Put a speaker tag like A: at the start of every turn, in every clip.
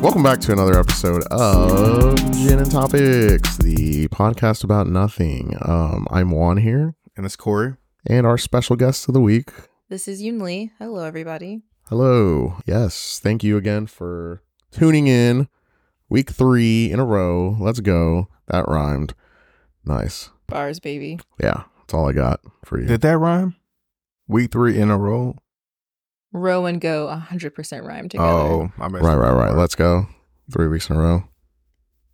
A: Welcome back to another episode of Gin and Topics, the podcast about nothing. Um, I'm Juan here,
B: And it's Corey.
A: and our special guest of the week.
C: This is Yoon Lee. Hello, everybody.
A: Hello. Yes, thank you again for tuning in. Week three in a row. Let's go. That rhymed. Nice.
C: Bars, baby.
A: Yeah, that's all I got for you.
B: Did that rhyme? Week three in a row.
C: Row and go 100% rhyme together.
B: Oh, I messed
A: right,
B: up.
A: right, right. Let's go. Three weeks in a row.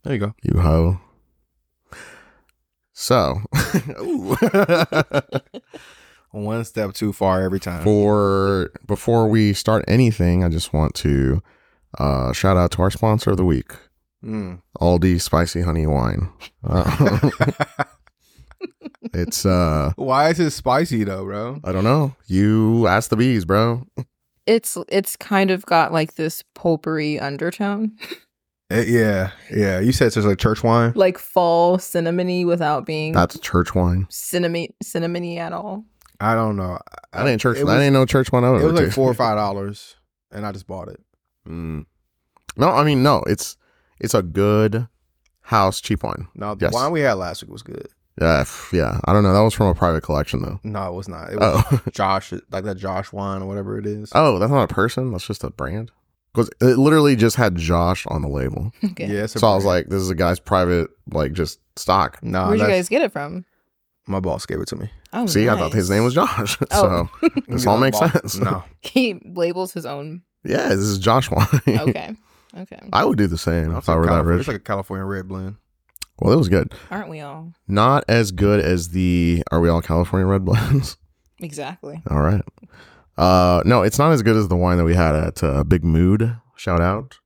B: there you go.
A: You ho. So, Ooh.
B: One step too far every time.
A: for before we start anything, I just want to uh, shout out to our sponsor of the week,
B: Mm.
A: Aldi Spicy Honey Wine. Uh, it's uh,
B: Why is it spicy though, bro? Uh,
A: I don't know. You ask the bees, bro.
C: It's it's kind of got like this pulpery undertone,
B: Eh, yeah, yeah. You said it's just like church wine.
C: like fall cinnamony without being
A: That's church wine.
C: cinnamon cinnamony at all.
B: I don't know. I,
A: That ain't church.
B: It
A: that
B: was,
A: ain't no church wine. I would
B: it was
A: go
B: like
A: to.
B: four or five dollars, and I just bought it.
A: Mm. No, I mean no. It's it's a good house cheap wine.
B: No, the
A: Yes.
B: wine we had last week was good.
A: Yeah, f- yeah. I don't know. That was from a private collection though.
B: No, it was not. It was
A: Oh,
B: Josh, like that Josh wine or whatever it is.
A: oh, that's not a person. That's just a brand. Because it literally just had Josh on the label.
C: Okay.
B: Yeah. It's
A: So I was like, this is a guy's private, like just stock.
B: Nah,
C: Where'd you
B: that's-
C: guys get it from?
B: my boss gave it to me.
C: Oh,
A: See, I thought his name was
C: nice.
A: Josh.
C: Oh.
A: So This all makes
B: Boss-
A: sense.
B: No,
C: He labels his own.
A: yeah, this is Josh wine.
C: Okay. Okay.
A: I would do the same
B: It's
A: if I
B: like
A: were that
B: California-
A: rich.
B: It's like a California red blend.
A: well, it was good.
C: Aren't we all?
A: Not as good as the Are We All California Red Blends?
C: Exactly.
A: all right. Uh, no, it's not as good as the wine that we had at uh, Big Mood. Shout out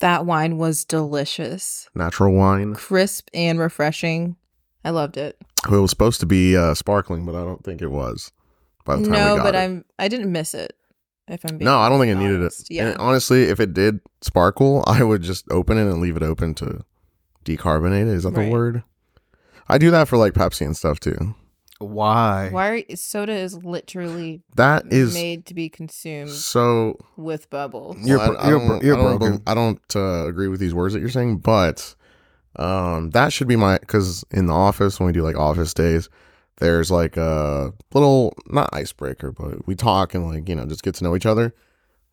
C: That wine was delicious,
A: natural wine.
C: crisp and refreshing. I loved it.
A: It was supposed to be uh, sparkling, but I don't think it was. By the time
C: no,
A: we got
C: but
A: it.
C: I'm I didn't miss it. If I'm being
A: no, I don't think it needed it.
C: honest. Yeah,
A: And honestly, if it did sparkle, I would just open it and leave it open to decarbonate it. Is that the
C: Right.
A: word? I do that for like Pepsi and stuff too.
B: Why?
C: why are, soda is literally
A: That is
C: made to be consumed
A: so.
C: with bubbles.
B: You're
A: well,
B: bro- you're bro-
A: don't-
B: you're
A: I don't,
B: broken.
A: bel- I don't uh, agree with these words that you're saying, but um, that should be my because in the office when we do like office days, there's like a little not icebreaker, but we talk and like you know just get to know each other.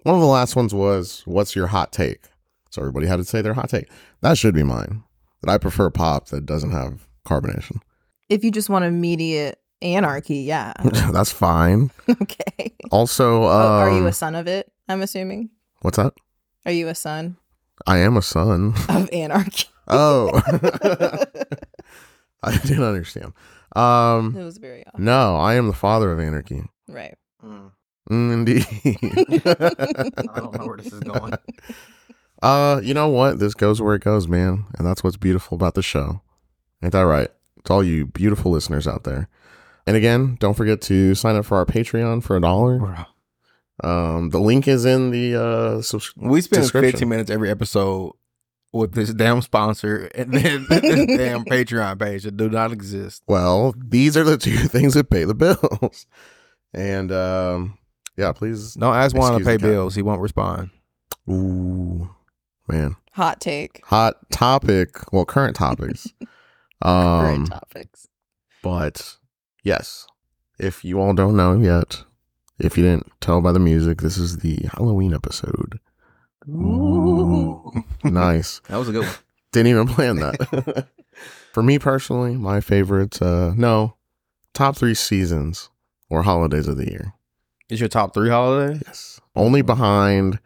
A: One of the last ones was what's your hot take? So everybody had to say their hot take. That should be mine. That I prefer pop that doesn't have carbonation.
C: If you just want immediate anarchy, yeah,
A: That's fine.
C: okay.
A: Also, um,
C: Oh, are you a son of it? I'm assuming.
A: what's that?
C: Are you a son
A: I am a son.
C: of anarchy?
A: Oh.
C: it
A: I didn't understand. Um,
C: was very off.
A: no, I am the father of anarchy.
C: Right.
B: Mm,
A: Mm, Indeed.
B: I don't know where this is going.
A: uh, you know what? This goes where it goes, man, and that's what's beautiful about the show. Ain't that right? It's all you beautiful listeners out there. And again, don't forget to sign up for our Patreon for a dollar. Um, the link is in the uh. Subs-
B: We spend
A: Description.
B: 15 minutes every episode with this damn sponsor and then this damn Patreon page that do not exist.
A: well, these are the two things that pay the bills. And um, yeah, please.
B: Don't ask Juan to
A: Excuse
B: pay
A: the cat.
B: bills. He won't respond.
A: Ooh, man.
C: Hot take.
A: hot topic well current topics
C: Current
A: um
C: topics.
A: but yes if you all don't know yet if you didn't tell by the music this is the halloween episode nice
B: That was a good one.
A: didn't even plan that for me personally my favorite uh no top three seasons or holidays of the year
B: Is your top three holiday?
A: yes only behind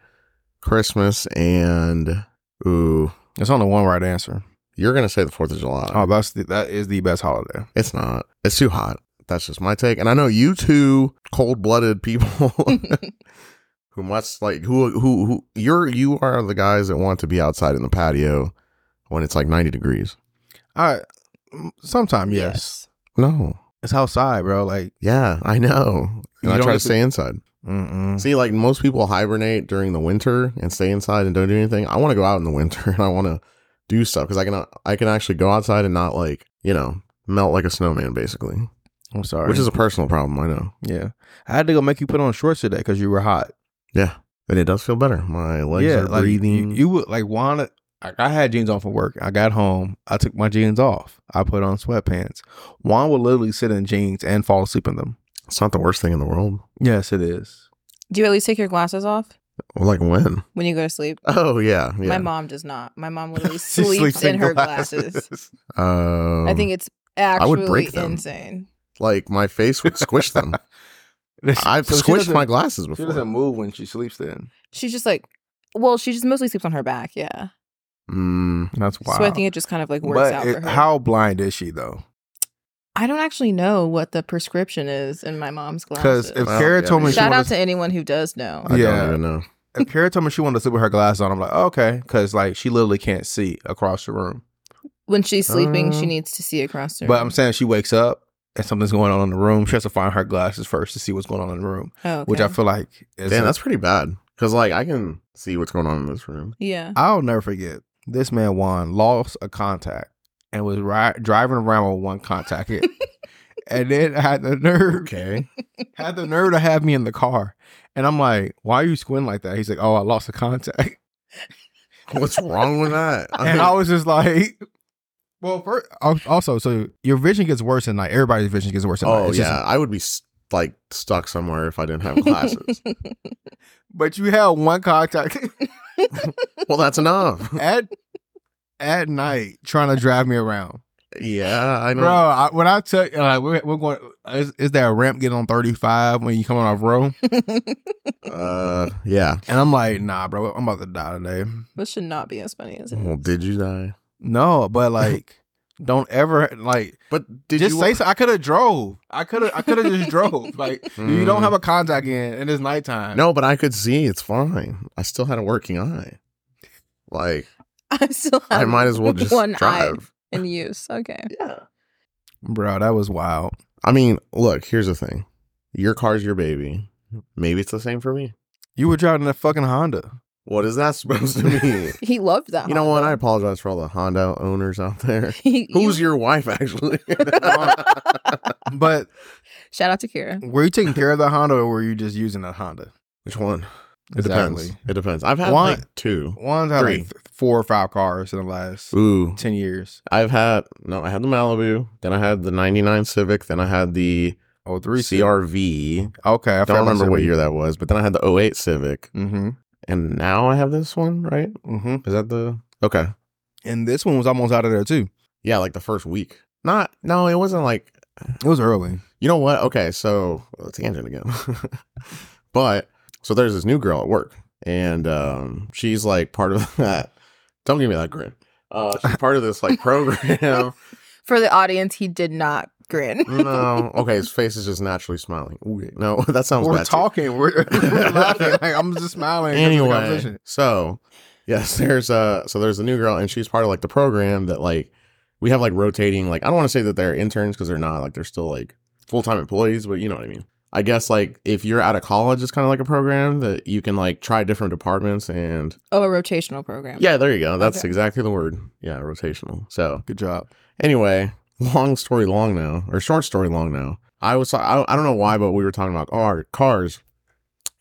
A: christmas and ooh
B: It's only one right answer.
A: you're gonna say the fourth of july
B: Oh, that's the, that is the best holiday.
A: It's not. It's too hot. That's just my take. And I know you two cold blooded people who must like who who who you're you are the guys that want to be outside in the patio when it's like ninety degrees.
B: I sometime yes.
A: No.
B: It's outside, bro. Like
A: Yeah, I know. And
B: You
A: I
B: don't
A: try to
B: get to-
A: stay inside.
B: mm-mm.
A: See, like most people hibernate during the winter and stay inside and don't do anything. I want to go out in the winter and I want to do stuff because I can I can actually go outside and not like you know melt like a snowman basically,
B: I'm sorry.
A: which is a personal problem. I know.
B: yeah. I had to go make you put on shorts today because you were hot.
A: Yeah. Then it does feel better. My legs
B: yeah,
A: are
B: like,
A: breathing.
B: You, you would like want to. Like I had jeans on from work. I got home. I took my jeans off. I put on sweatpants. Juan would literally sit in jeans and fall asleep in them.
A: it's not the worst thing in the world.
B: Yes, it is.
C: Do you at least take your glasses off
A: Well, like when?
C: when you go to sleep?
A: Oh yeah, yeah.
C: My mom does not. My mom literally
B: She
C: sleeps, in her glasses.
A: Um,
C: I think it's
A: would
C: actually
A: break them.
C: insane.
A: like my face would squish them. I've
B: So she
A: squished
B: doesn't-
A: my glasses
B: She
A: before.
B: doesn't move when she sleeps. Then
C: She's just like, well, she just mostly sleeps on her back. Yeah.
A: Mm,
B: that's
C: So I think it just kind of like works
B: but
C: out
B: it-
C: for her.
B: how blind is she though?
C: I don't actually know what the prescription is in my mom's glasses.
B: Because if
A: Well,
B: Kara
A: yeah,
B: told me she
C: Shout
B: wanted
C: out to anyone who does know.
A: I
B: Yeah.
A: don't even know.
B: if Kara told me she wanted to sleep with her glasses on, I'm like, "Oh, okay, because like she literally can't see across the room.
C: When she's sleeping,
A: Uh,
C: she needs to see across the room.
B: But I'm saying she wakes up and something's going on in the room. She has to find her glasses first to see what's going on in the room,
C: Oh,
B: which I
C: okay.
B: feel like is
A: Damn, that's pretty bad. Because like I can see what's going on in this room.
C: yeah.
B: I'll never forget. This man Juan lost a contact and was ri- driving around with one contact in. and then had the nerve
A: Okay.
B: had the nerve to have me in the car. And I'm like, why are you squinting like that? He's like, oh, I lost a contact.
A: What's wrong with that? I
B: And
A: mean,
B: I was just like, well, first, also, so your vision gets worse at night. Everybody's vision gets worse at night.
A: oh yeah,
B: It's just-
A: I would be s like stuck somewhere if I didn't have glasses.
B: but you had one contact
A: well, that's enough.
B: at at night trying to drive me around.
A: Yeah, I know.
B: Bro, I, when I tell you, like, we're, we're going, is, is there a ramp getting on 35 when you come on off road?
A: Uh, yeah.
B: And I'm like, nah, bro, I'm about to die today.
C: this should not be as funny as it
A: Well,
C: is.
A: did you die?
B: No, but like, don't ever, like,
A: But did
B: just
A: you
B: say so. I could have drove. I could have. I could have just drove. Like you don't
A: Mm.
B: have a contact in, and it's nighttime.
A: No, but I could see. It's fine. I still had a working eye. Like
C: I still have
A: I might as well just
C: one eye
A: drive.
C: in use. Okay.
A: Yeah.
B: bro, that was wild.
A: I mean, look. Here's the thing. Your car's your baby. Maybe it's the same for me.
B: You were driving that fucking Honda.
A: What is that supposed to mean?
C: He loved that.
A: you know what? I
C: Honda.
A: apologize for all the Honda owners out there.
C: He-
A: Who's
C: you-
A: your wife, actually?
B: But
C: Shout out to Kira.
B: were you taking care of the Honda, or were you just using that Honda?
A: Which one? It depends.
B: Exactly.
A: It depends. I've had
B: One-
A: like two.
B: One's had
A: Three.
B: like th- four or five cars in the last
A: Ooh,
B: ten years.
A: I've had no. I had the Malibu. Then I had the '99 Civic. Then I had the
B: Oh, three
A: CRV.
B: Okay, I
A: I don't remember what year that was, but then I had the 08 Civic,
B: Mm-hmm.
A: and now I have this one, right?
B: Mm-hmm.
A: Is that the okay?
B: And this one was almost out of there too.
A: Yeah, like the first week. Not no, it wasn't like
B: It was early.
A: you know what? Okay, so well, tangent again. but so there's this new girl at work, and um, she's like part of that. Don't give me that grin. Uh, she's part of this like program.
C: For the audience, he did not grin.
A: Mm. no, okay, his face is just naturally smiling. Ooh, no, that sounds
B: We're
A: bad too.
B: talking. We're, we're laughing. Like, I'm just smiling. 'cause of the
A: anyway
B: conversation.
A: so yes there's a so there's a new girl and she's part of like the program that like we have like rotating like i don't want to say that they're interns because they're not like they're still like full-time employees but you know what i mean i guess like if you're out of college it's kind of like a program that you can like try different departments and
C: Oh, a rotational program.
A: yeah there you go that's
C: Okay.
A: exactly the word yeah rotational so
B: Good job.
A: anyway long story long now or short story long now i was i, I don't know why but we were talking about our cars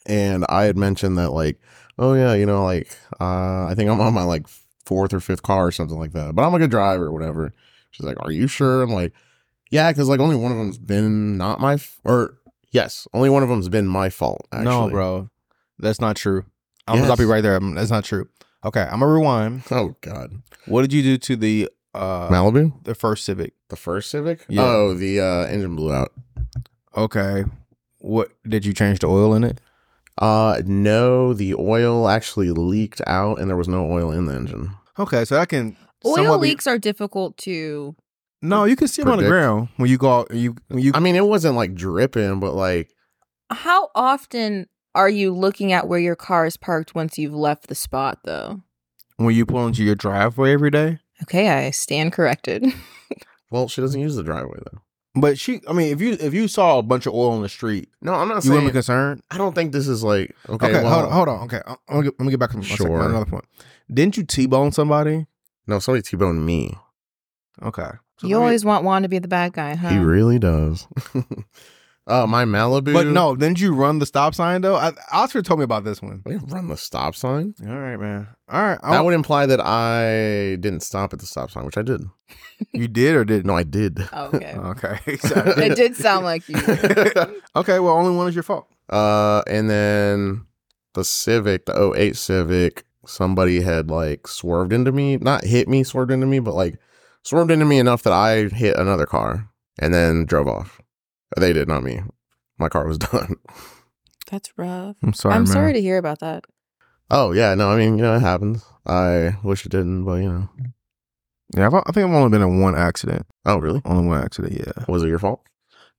A: and i had mentioned that like oh yeah you know like uh i think i'm on my like fourth or fifth car or something like that but i'm a good driver or whatever she's like are you sure i'm like yeah because like only one of them's been not my f- or yes only one of them's been my fault actually.
B: No, bro, that's not true. I'm
A: Yes.
B: gonna stop you right there. Um, That's not true. Okay, I'm gonna rewind.
A: oh god
B: What did you do to the uh
A: malibu
B: the first Civic?
A: the first civic
B: Yeah.
A: oh the uh engine blew out
B: Okay, what did you change the oil in it?
A: Uh, no, the oil actually leaked out and there was no oil in the engine.
B: Okay, so I can
C: Oil
B: somewhat be-
C: leaks are difficult to.
B: no, you can see them on the
A: Predict.
B: ground when you go out. You when you
A: I mean, it wasn't like dripping, but like,
C: How often are you looking at where your car is parked once you've left the spot, though?
B: when you pull into your driveway every day.
C: Okay, I stand corrected.
A: well, she doesn't use the driveway though.
B: But she, I mean, if you if you saw a bunch of oil on the street,
A: No, I'm not
B: you wouldn't be
A: saying.
B: concerned.
A: I don't think this is like okay.
B: Okay,
A: well,
B: hold, hold on. Okay, I'm gonna get, let me get back to my second-
A: Sure.
B: another point. Didn't you t-bone somebody?
A: No, somebody t-boned me.
B: Okay, So
C: you
B: let me-
C: always want Juan to be the bad guy, huh?
A: He really does. Uh, my Malibu.
B: But no, didn't you run the stop sign though? I, Oscar told me about this one.
A: I didn't run the stop sign.
B: All right, man. All right, I
A: That
B: don't-
A: would imply that I didn't stop at the stop sign, which I did.
B: you did or didn't?
A: No, I did.
C: Oh, okay.
B: Okay, exactly.
C: it did sound like you.
B: okay, well, only one is your fault.
A: Uh, and then the Civic, the 08 Civic, somebody had like swerved into me, not hit me, swerved into me, but like swerved into me enough that I hit another car and then drove off. They did, not me. My car was done.
C: That's rough.
B: I'm sorry.
C: I'm sorry to hear about that.
A: Oh, yeah. No, I mean, you know, it happens. I wish it didn't, but you know.
B: Yeah, I've, I think I've only been in one accident.
A: Oh, really?
B: Only one accident. Yeah.
A: Was it your fault?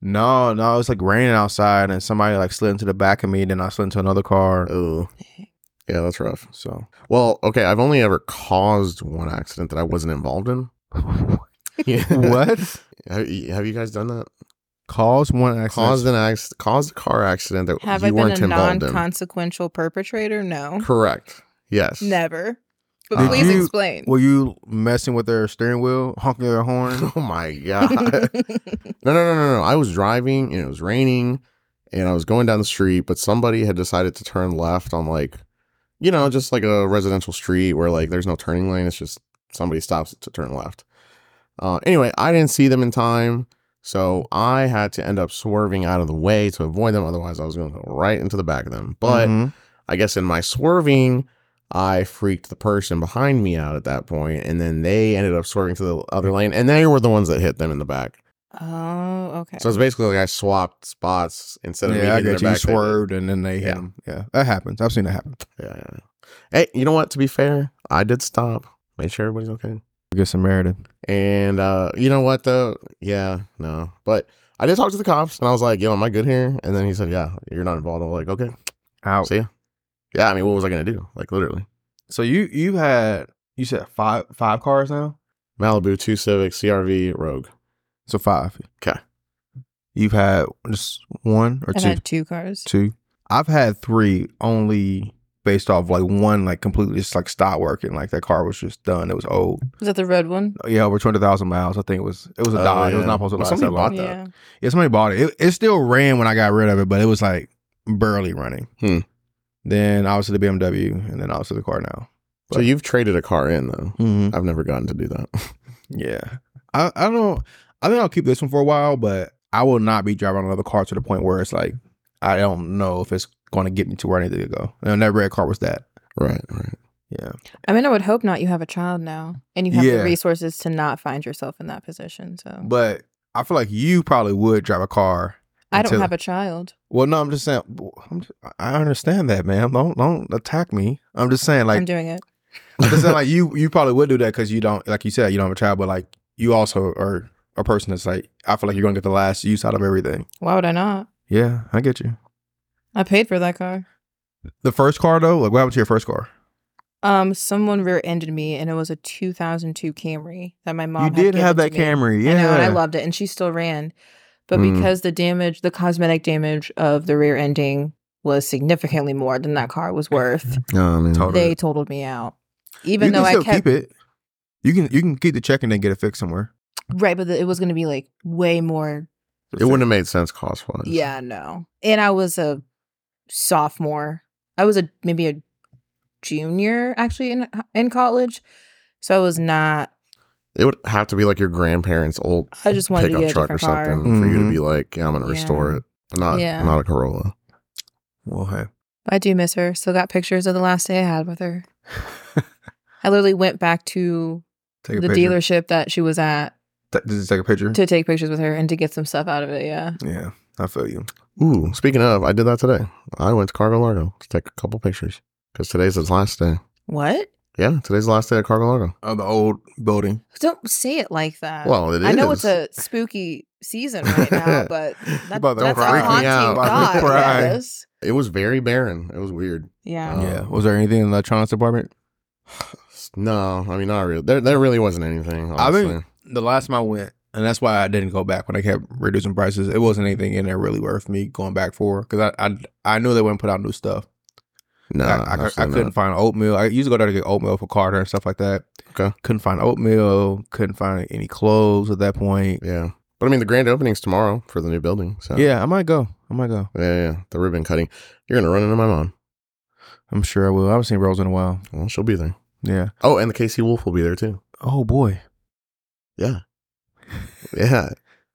B: No, no, it was like raining outside, and somebody like slid into the back of me, and then I slid into another car.
A: Oh, yeah, that's rough.
B: So
A: Well, okay. I've only ever caused one accident that I wasn't involved in. Yeah.
B: what?
A: Have you have you guys done that?
B: Caused one accident.
A: caused an accident, caused a car accident that
C: Have
A: you
C: I been
A: weren't
C: a
A: involved
C: non-consequential perpetrator?
A: in.
C: No,
A: Correct. Yes.
C: never. But
A: Did
C: please
B: you-
C: explain.
B: Were you messing with their steering wheel, honking their horn?
A: Oh my god. no, no, no, no, no. I was driving and it was raining, and I was going down the street, but somebody had decided to turn left on like, you know, just like a residential street where like there's no turning lane. It's just somebody stops to turn left. Uh, anyway, I didn't see them in time, so I had to end up swerving out of the way to avoid them. Otherwise, I was going to go right into the back of them.
C: Mm-hmm.
A: But
B: Mhm.
A: I guess in my swerving, I freaked the person behind me out at that point, and then they ended up swerving to the other lane, and they were the ones that hit them in the back.
C: oh, okay.
A: So it's basically like I swapped spots instead of me
B: yeah, I
A: hitting their
B: got you. You
A: back, they-
B: swerved, and then they hit
A: Yeah.
B: him. Yeah, that happens. I've seen that happen.
A: Yeah, yeah. Hey, you know what? To be fair, I did stop, made sure everybody's okay,
B: Good Samaritan.
A: and uh, you know what though? Yeah, no, but I did talk to the cops, and I was like, "Yo, am I good here?" And then he said, "Yeah, you're not involved." I'm like, "Okay,
B: Out.
A: see ya." Yeah, I mean, what was I gonna do? Like literally,
B: So you you had you said five five cars now.
A: Malibu, two Civic, CRV, Rogue.
B: So five.
A: 'Kay.
B: You've had just one or
C: I've
B: two.
C: had two cars.
B: two. I've had three only based off like one like completely just like stopped working. Like that car was just done. It was old.
C: Was that the red one?
B: Yeah, over two hundred thousand miles. I think it was. It was a
A: Oh,
B: Dodge. It was
A: yeah.
B: not supposed to
A: Well,
B: last
A: somebody
B: that long.
A: bought that.
C: Yeah.
B: Yeah, somebody bought it. it. It still ran when I got rid of it, but it was like barely running.
A: Hmm.
B: Then obviously the BMW, and then obviously the car now.
A: So
B: But-
A: you've traded a car in though.
B: Mm-hmm.
A: I've never gotten to do that.
B: Yeah. I, I don't I think I'll keep this one for a while, but I will not be driving another car to the point where it's like I don't know if it's going to get me to where I need to go. And that red car was that.
A: right, right.
B: Yeah.
C: I mean, I would hope not. You have a child now, and you have
B: Yeah.
C: the resources to not find yourself in that position. So
B: But I feel like you probably would drive a car.
C: I don't
B: until-
C: have a child.
B: Well, no, I'm just saying. I'm just, I understand that, man. Don't don't attack me. I'm just saying, like,
C: I'm doing it.
B: I'm just saying, like you you probably would do that because you don't, like you said, you don't have a child, but like you also are a person that's like, I feel like you're gonna get the last use out of everything.
C: Why would I not?
B: Yeah, I get you.
C: I paid for that car.
B: The first car though, like, what happened to your first car?
C: Um, someone rear-ended me, and it was a 2002 Camry that my mom. had
B: you did
C: given
B: have that
C: to me.
B: Camry, yeah.
C: I know, and I loved it, and she still ran, but
A: Mm.
C: because the damage, the cosmetic damage of the rear ending was significantly more than that car was worth,
A: Oh, man.
B: Total.
C: they totaled me out. Even
B: you
C: though
B: can
C: I
B: still
C: kept
B: keep it. You can you can keep the check and then get it fixed somewhere.
C: right, but it was going to be like way more.
A: It wouldn't have made sense cost wise.
C: Yeah, no. And I was a sophomore. I was a maybe a junior actually in uh, in college, so I was not.
A: It would have to be like your grandparents' old
C: I just wanted to
A: pickup
C: get a
A: truck or
C: different car.
A: something for you to
B: Mhm.
A: be like, yeah, I'm going to
C: Yeah.
A: restore it. Not,
C: Yeah.
A: not a Corolla.
B: Well, hey.
C: But I do miss her. Still got pictures of the last day I had with her. I literally went back to
B: Take a
C: the
B: picture.
C: dealership that she was at
B: Ta- just take a picture.
C: to take pictures with her and to get some stuff out of it. Yeah.
B: yeah, I feel you.
A: Ooh, speaking of, I did that today. I went to Cargo Largo to take a couple pictures because today's his last day.
C: What?
A: Yeah, today's the last day at Cargo Largo.
B: Oh, the old building.
C: Don't say it like that.
A: Well, it
C: I know it's
A: is.
C: a spooky season right now, but that,
B: about to
C: that's a
B: cry.
C: haunting
A: Freaking out.
B: About to
C: thought.
B: cry.
C: yes.
A: It was very barren. It was weird.
C: Yeah.
A: Um,
B: yeah. Was there anything in the electronics department?
A: No, I mean, not really. There, there really wasn't anything.
B: I
A: Honestly.
B: think- The last time I went, and that's why I didn't go back when I kept reducing prices. It wasn't anything in there really worth me going back for because I, I I knew they wouldn't put out new stuff.
A: no,
B: I, I, cou- I
A: absolutely
B: couldn't
A: not.
B: find oatmeal. I used to go there to get oatmeal for Carter and stuff like that.
A: Okay.
B: Couldn't find oatmeal. Couldn't find any clothes at that point.
A: Yeah. But I mean, the grand opening's tomorrow for the new building. So
B: Yeah, I might go. I might go.
A: yeah, yeah. The ribbon cutting. You're gonna run into my mom.
B: I'm sure I will. I haven't seen Rose in a while.
A: Well, she'll be there.
B: Yeah.
A: Oh, and the KC Wolf will be there too.
B: Oh boy.
A: Yeah, yeah.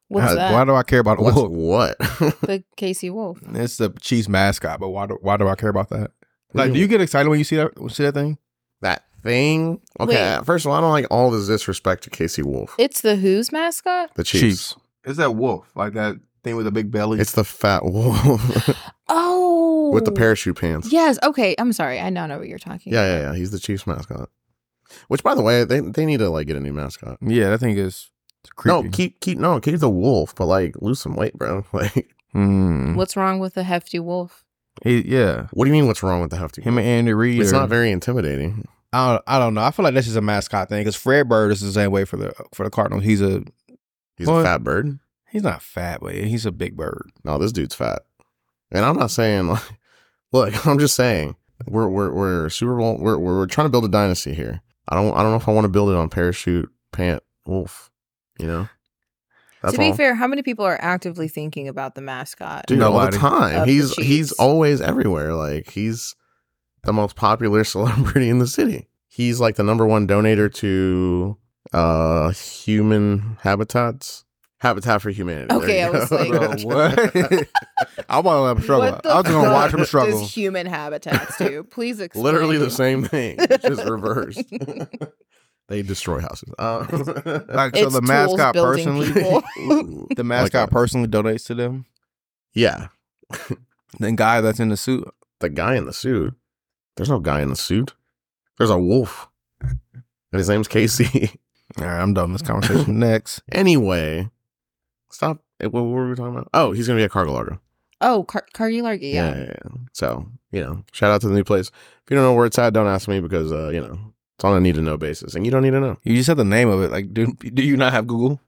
C: What's
B: Uh,
C: that?
B: Why do I care about
A: What's
B: Wolf?
A: what?
C: the Casey Wolf.
B: It's the Chiefs mascot, but why do why do I care about that? Like,
A: mean?
B: do you get excited when you see that see that thing?
A: that thing. Okay, first of all, I don't like all this disrespect to Casey Wolf,
C: It's the Who's mascot?
A: the Chiefs.
B: It's that wolf, like that thing with a big belly.
A: It's the fat wolf
C: Oh.
A: with the parachute pants.
C: Yes. Okay. I'm sorry. I now know what you're talking
A: Yeah, yeah, yeah. He's the Chiefs mascot. Which, by the way, they they need to like get a new mascot.
B: yeah, that thing is creepy.
A: No, keep keep no keep the wolf, but like lose some weight, bro. Like, Mm-hmm.
B: Mm.
C: What's wrong with a hefty wolf?
B: He, yeah,
A: what do you mean? What's wrong with the hefty?
B: him and Andy Reid.
A: It's
B: are-
A: not very intimidating.
B: I don't, I don't know. I feel like that's just a mascot thing because Fred Bird is the same way for the for the Cardinals. He's a
A: He's
B: Well-
A: a fat bird.
B: he's not fat, but he's a big bird.
A: No, this dude's fat. And I'm not saying like, look, I'm just saying we're we're we're Super Bowl. We're we're, we're trying to build a dynasty here. I don't I don't know if I want to build it on parachute pant wolf. You know, that's
C: to be
A: all.
C: fair, how many people are actively thinking about the mascot?
A: Dude, all the
B: Nobody.
A: time.
C: Of the
A: He's he's
C: Chiefs.
A: always everywhere. Like he's the most popular celebrity in the city. He's like the number one donator to uh human habitats. Habitat for Humanity. There
C: Okay,
A: you
C: I was
A: go.
C: like-
B: Bro, what? I want to let him struggle.
C: What the
B: I was just gonna
C: fuck
B: watch him struggle.
C: Does human habitats do? Please explain.
A: Literally the same thing, it's just reversed. they destroy houses. Uh,
B: Like so,
C: It's
B: the
C: tools
B: mascot
C: building
B: personally,
C: people.
A: ooh.
B: the mascot
A: Like a-
B: personally donates to them.
A: yeah,
B: The guy that's in the suit.
A: the guy in the suit. There's no guy in the suit. There's a wolf, and his name's Casey.
B: All right, I'm done with this conversation. Next,
A: Anyway, stop. eh, What were we talking about? Oh, he's gonna be at Cargo Largo.
C: Oh, Car- Cardi Largy. Yeah.
A: So you know, shout out to the new place. If you don't know where it's at, don't ask me because uh, you know it's on a need to know basis, and you don't need to know,
B: you just have the name of it. Like, do do you not have Google?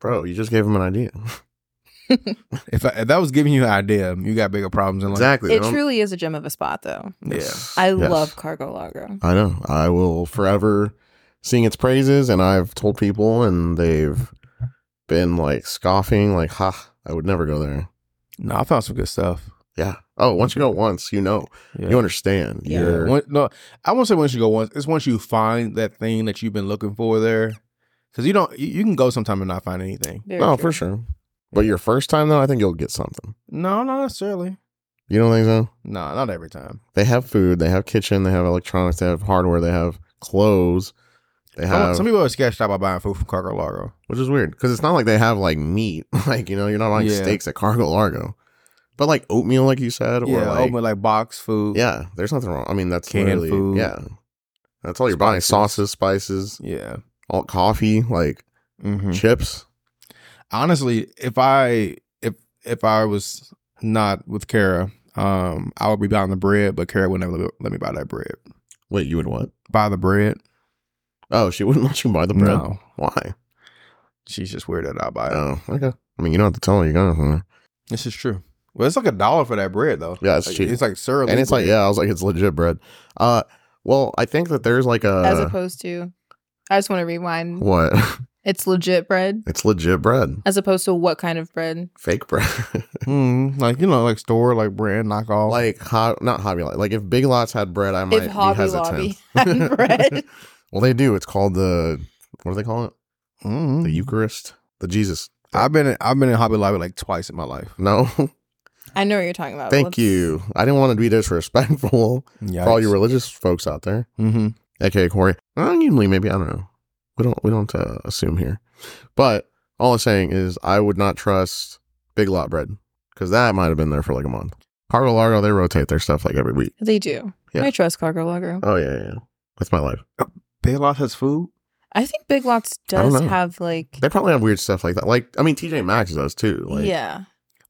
A: bro. You just gave him an idea.
B: If, I, if that was giving you an idea, you got bigger problems in life.
A: Exactly.
C: It
A: They don't-
C: truly is a gem of a spot, though.
B: Yeah.
C: I
A: Yes.
C: love Cargo Largo.
A: I know. I will forever sing its praises, and I've told people, and they've been like scoffing, like, "Ha, I would never go there."
B: No, I found some good stuff.
A: Yeah. Oh, once you go once, you know,
B: Yeah.
A: you understand.
C: Yeah.
B: Yeah.
A: You're
B: When- no, I won't say once you go once. It's once you find that thing that you've been looking for there, because you don't. You, you can go sometime and not find anything.
C: Very
A: no,
C: true.
A: Oh, for sure. But your first time though, I think you'll get something.
B: No, not necessarily.
A: You don't think so?
B: No, not every time.
A: They have food. They have kitchen. They have electronics. They have hardware. They have clothes. They
B: Some,
A: have
B: Oh, some people are sketched out by buying food from Cargo Largo.
A: which is weird because it's not like they have like meat. Like you know, you're not buying
B: Yeah.
A: steaks at Cargo Largo, but like oatmeal, like you said, or
B: Yeah,
A: like
B: open like box food.
A: Yeah, there's nothing wrong. I mean, that's
B: Canned
A: literally
B: food.
A: yeah. That's all you're buying:
B: Spices.
A: sauces, spices,
B: yeah.
A: all coffee, like
B: hmm
A: chips.
B: Honestly, if I if if I was not with Kara, um, I would be buying the bread, but Kara would never let- let me buy that bread.
A: Wait, you would what?
B: Buy the bread?
A: Oh, she wouldn't let you buy the bread.
B: No,
A: Why?
B: she's just weird that I buy it.
A: Oh, okay. I mean, you don't have to tell her you're going somewhere.
B: This is true. Well, it's like a dollar for that bread though.
A: Yeah, it's
B: Like,
A: cheap.
B: It's like surly,
A: and it's like, yeah, I was like, it's legit bread. Uh, well, I think that there's like a
C: As opposed to, I just want to rewind.
A: what?
C: It's legit bread,
A: it's legit bread,
C: as opposed to what kind of bread?
A: fake bread,
B: mm, like you know, like store, like brand knockoff.
A: like ho- not Hobby Lobby. Like if Big Lots had bread, I might
C: if Hobby
A: be hesitant.
C: Lobby had bread,
A: well, they do. It's called the what do they call it?
B: Mm.
A: The Eucharist, the Jesus.
B: I've been in, I've been in Hobby Lobby like twice in my life.
A: No,
C: I know what you're talking about.
A: Thank
C: Let's-
A: you. I didn't want to be disrespectful
B: Yeah,
A: for all you religious folks out there,
B: mm-hmm.
A: aka Corey. Uh, Usually, maybe I don't know. We don't we don't uh, assume here, but all I'm saying is I would not trust Big Lot bread because that might have been there for like a month. Cargo Largo they rotate their stuff like every week.
C: They do.
A: Yeah.
C: I trust Cargo Largo.
A: Oh yeah, yeah. yeah. That's my life.
B: Big Lots has food.
C: I think Big Lots
A: I don't
C: does
A: know.
C: have like,
A: They probably have weird stuff like that. Like I mean, TJ Maxx does too. Like,
C: yeah,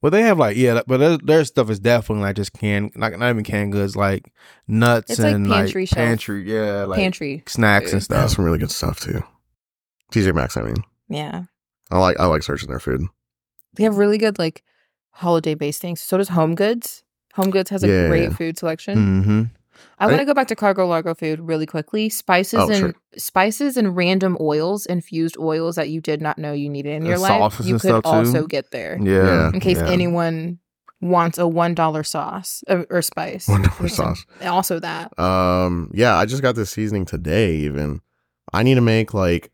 B: Well, they have like yeah, but their, their stuff is definitely like just canned, like not even canned goods, like nuts
C: It's like
B: and
C: pantry shelf.
B: pantry, yeah, like
C: pantry.
B: snacks and
C: food.
A: they have
B: stuff.
A: some really good stuff too. TJ Maxx. I mean,
C: Yeah,
A: I like I like searching their food.
C: they have really good like holiday based things. So does Home Goods. Home Goods has a
A: Yeah. Hmm.
C: great food selection.
B: Mm-hmm.
C: I
A: I-
C: want to go back to cargo largo food really quickly. Spices
A: Oh,
C: and
A: sure.
C: spices and random oils, infused oils that you did not know you needed in
A: Uh,
B: And
C: your life.
B: sauces
C: You
B: and
C: could
B: stuff, too.
C: also get there
A: Yeah.
C: in case
B: yeah.
C: anyone wants a one dollar sauce uh, or spice.
A: One dollar
C: Or
A: sauce.
C: some- Also that.
A: Um, yeah, I just got this seasoning today. Even I need to make like,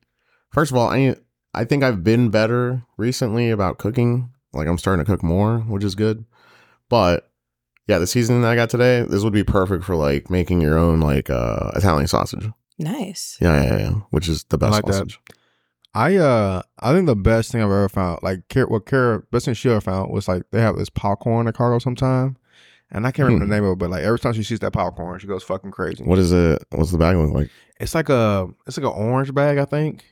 A: first of all, I need, I think I've been better recently about cooking. Like I'm starting to cook more, which is good. But yeah, the seasoning that I got today, this would be perfect for like making your own like uh Italian sausage.
C: Nice.
A: Yeah, yeah, yeah, which is the best
B: like that.
A: sausage.
B: I uh I think the best thing I've ever found, like Kara, what Kara best thing she ever found was like they have this popcorn at Cargo sometime, and I can't remember the name of it, but like every time she sees that popcorn, she goes fucking crazy.
A: Hmm. What is it? What's the bag look like?
B: It's like a it's like an orange bag, I think.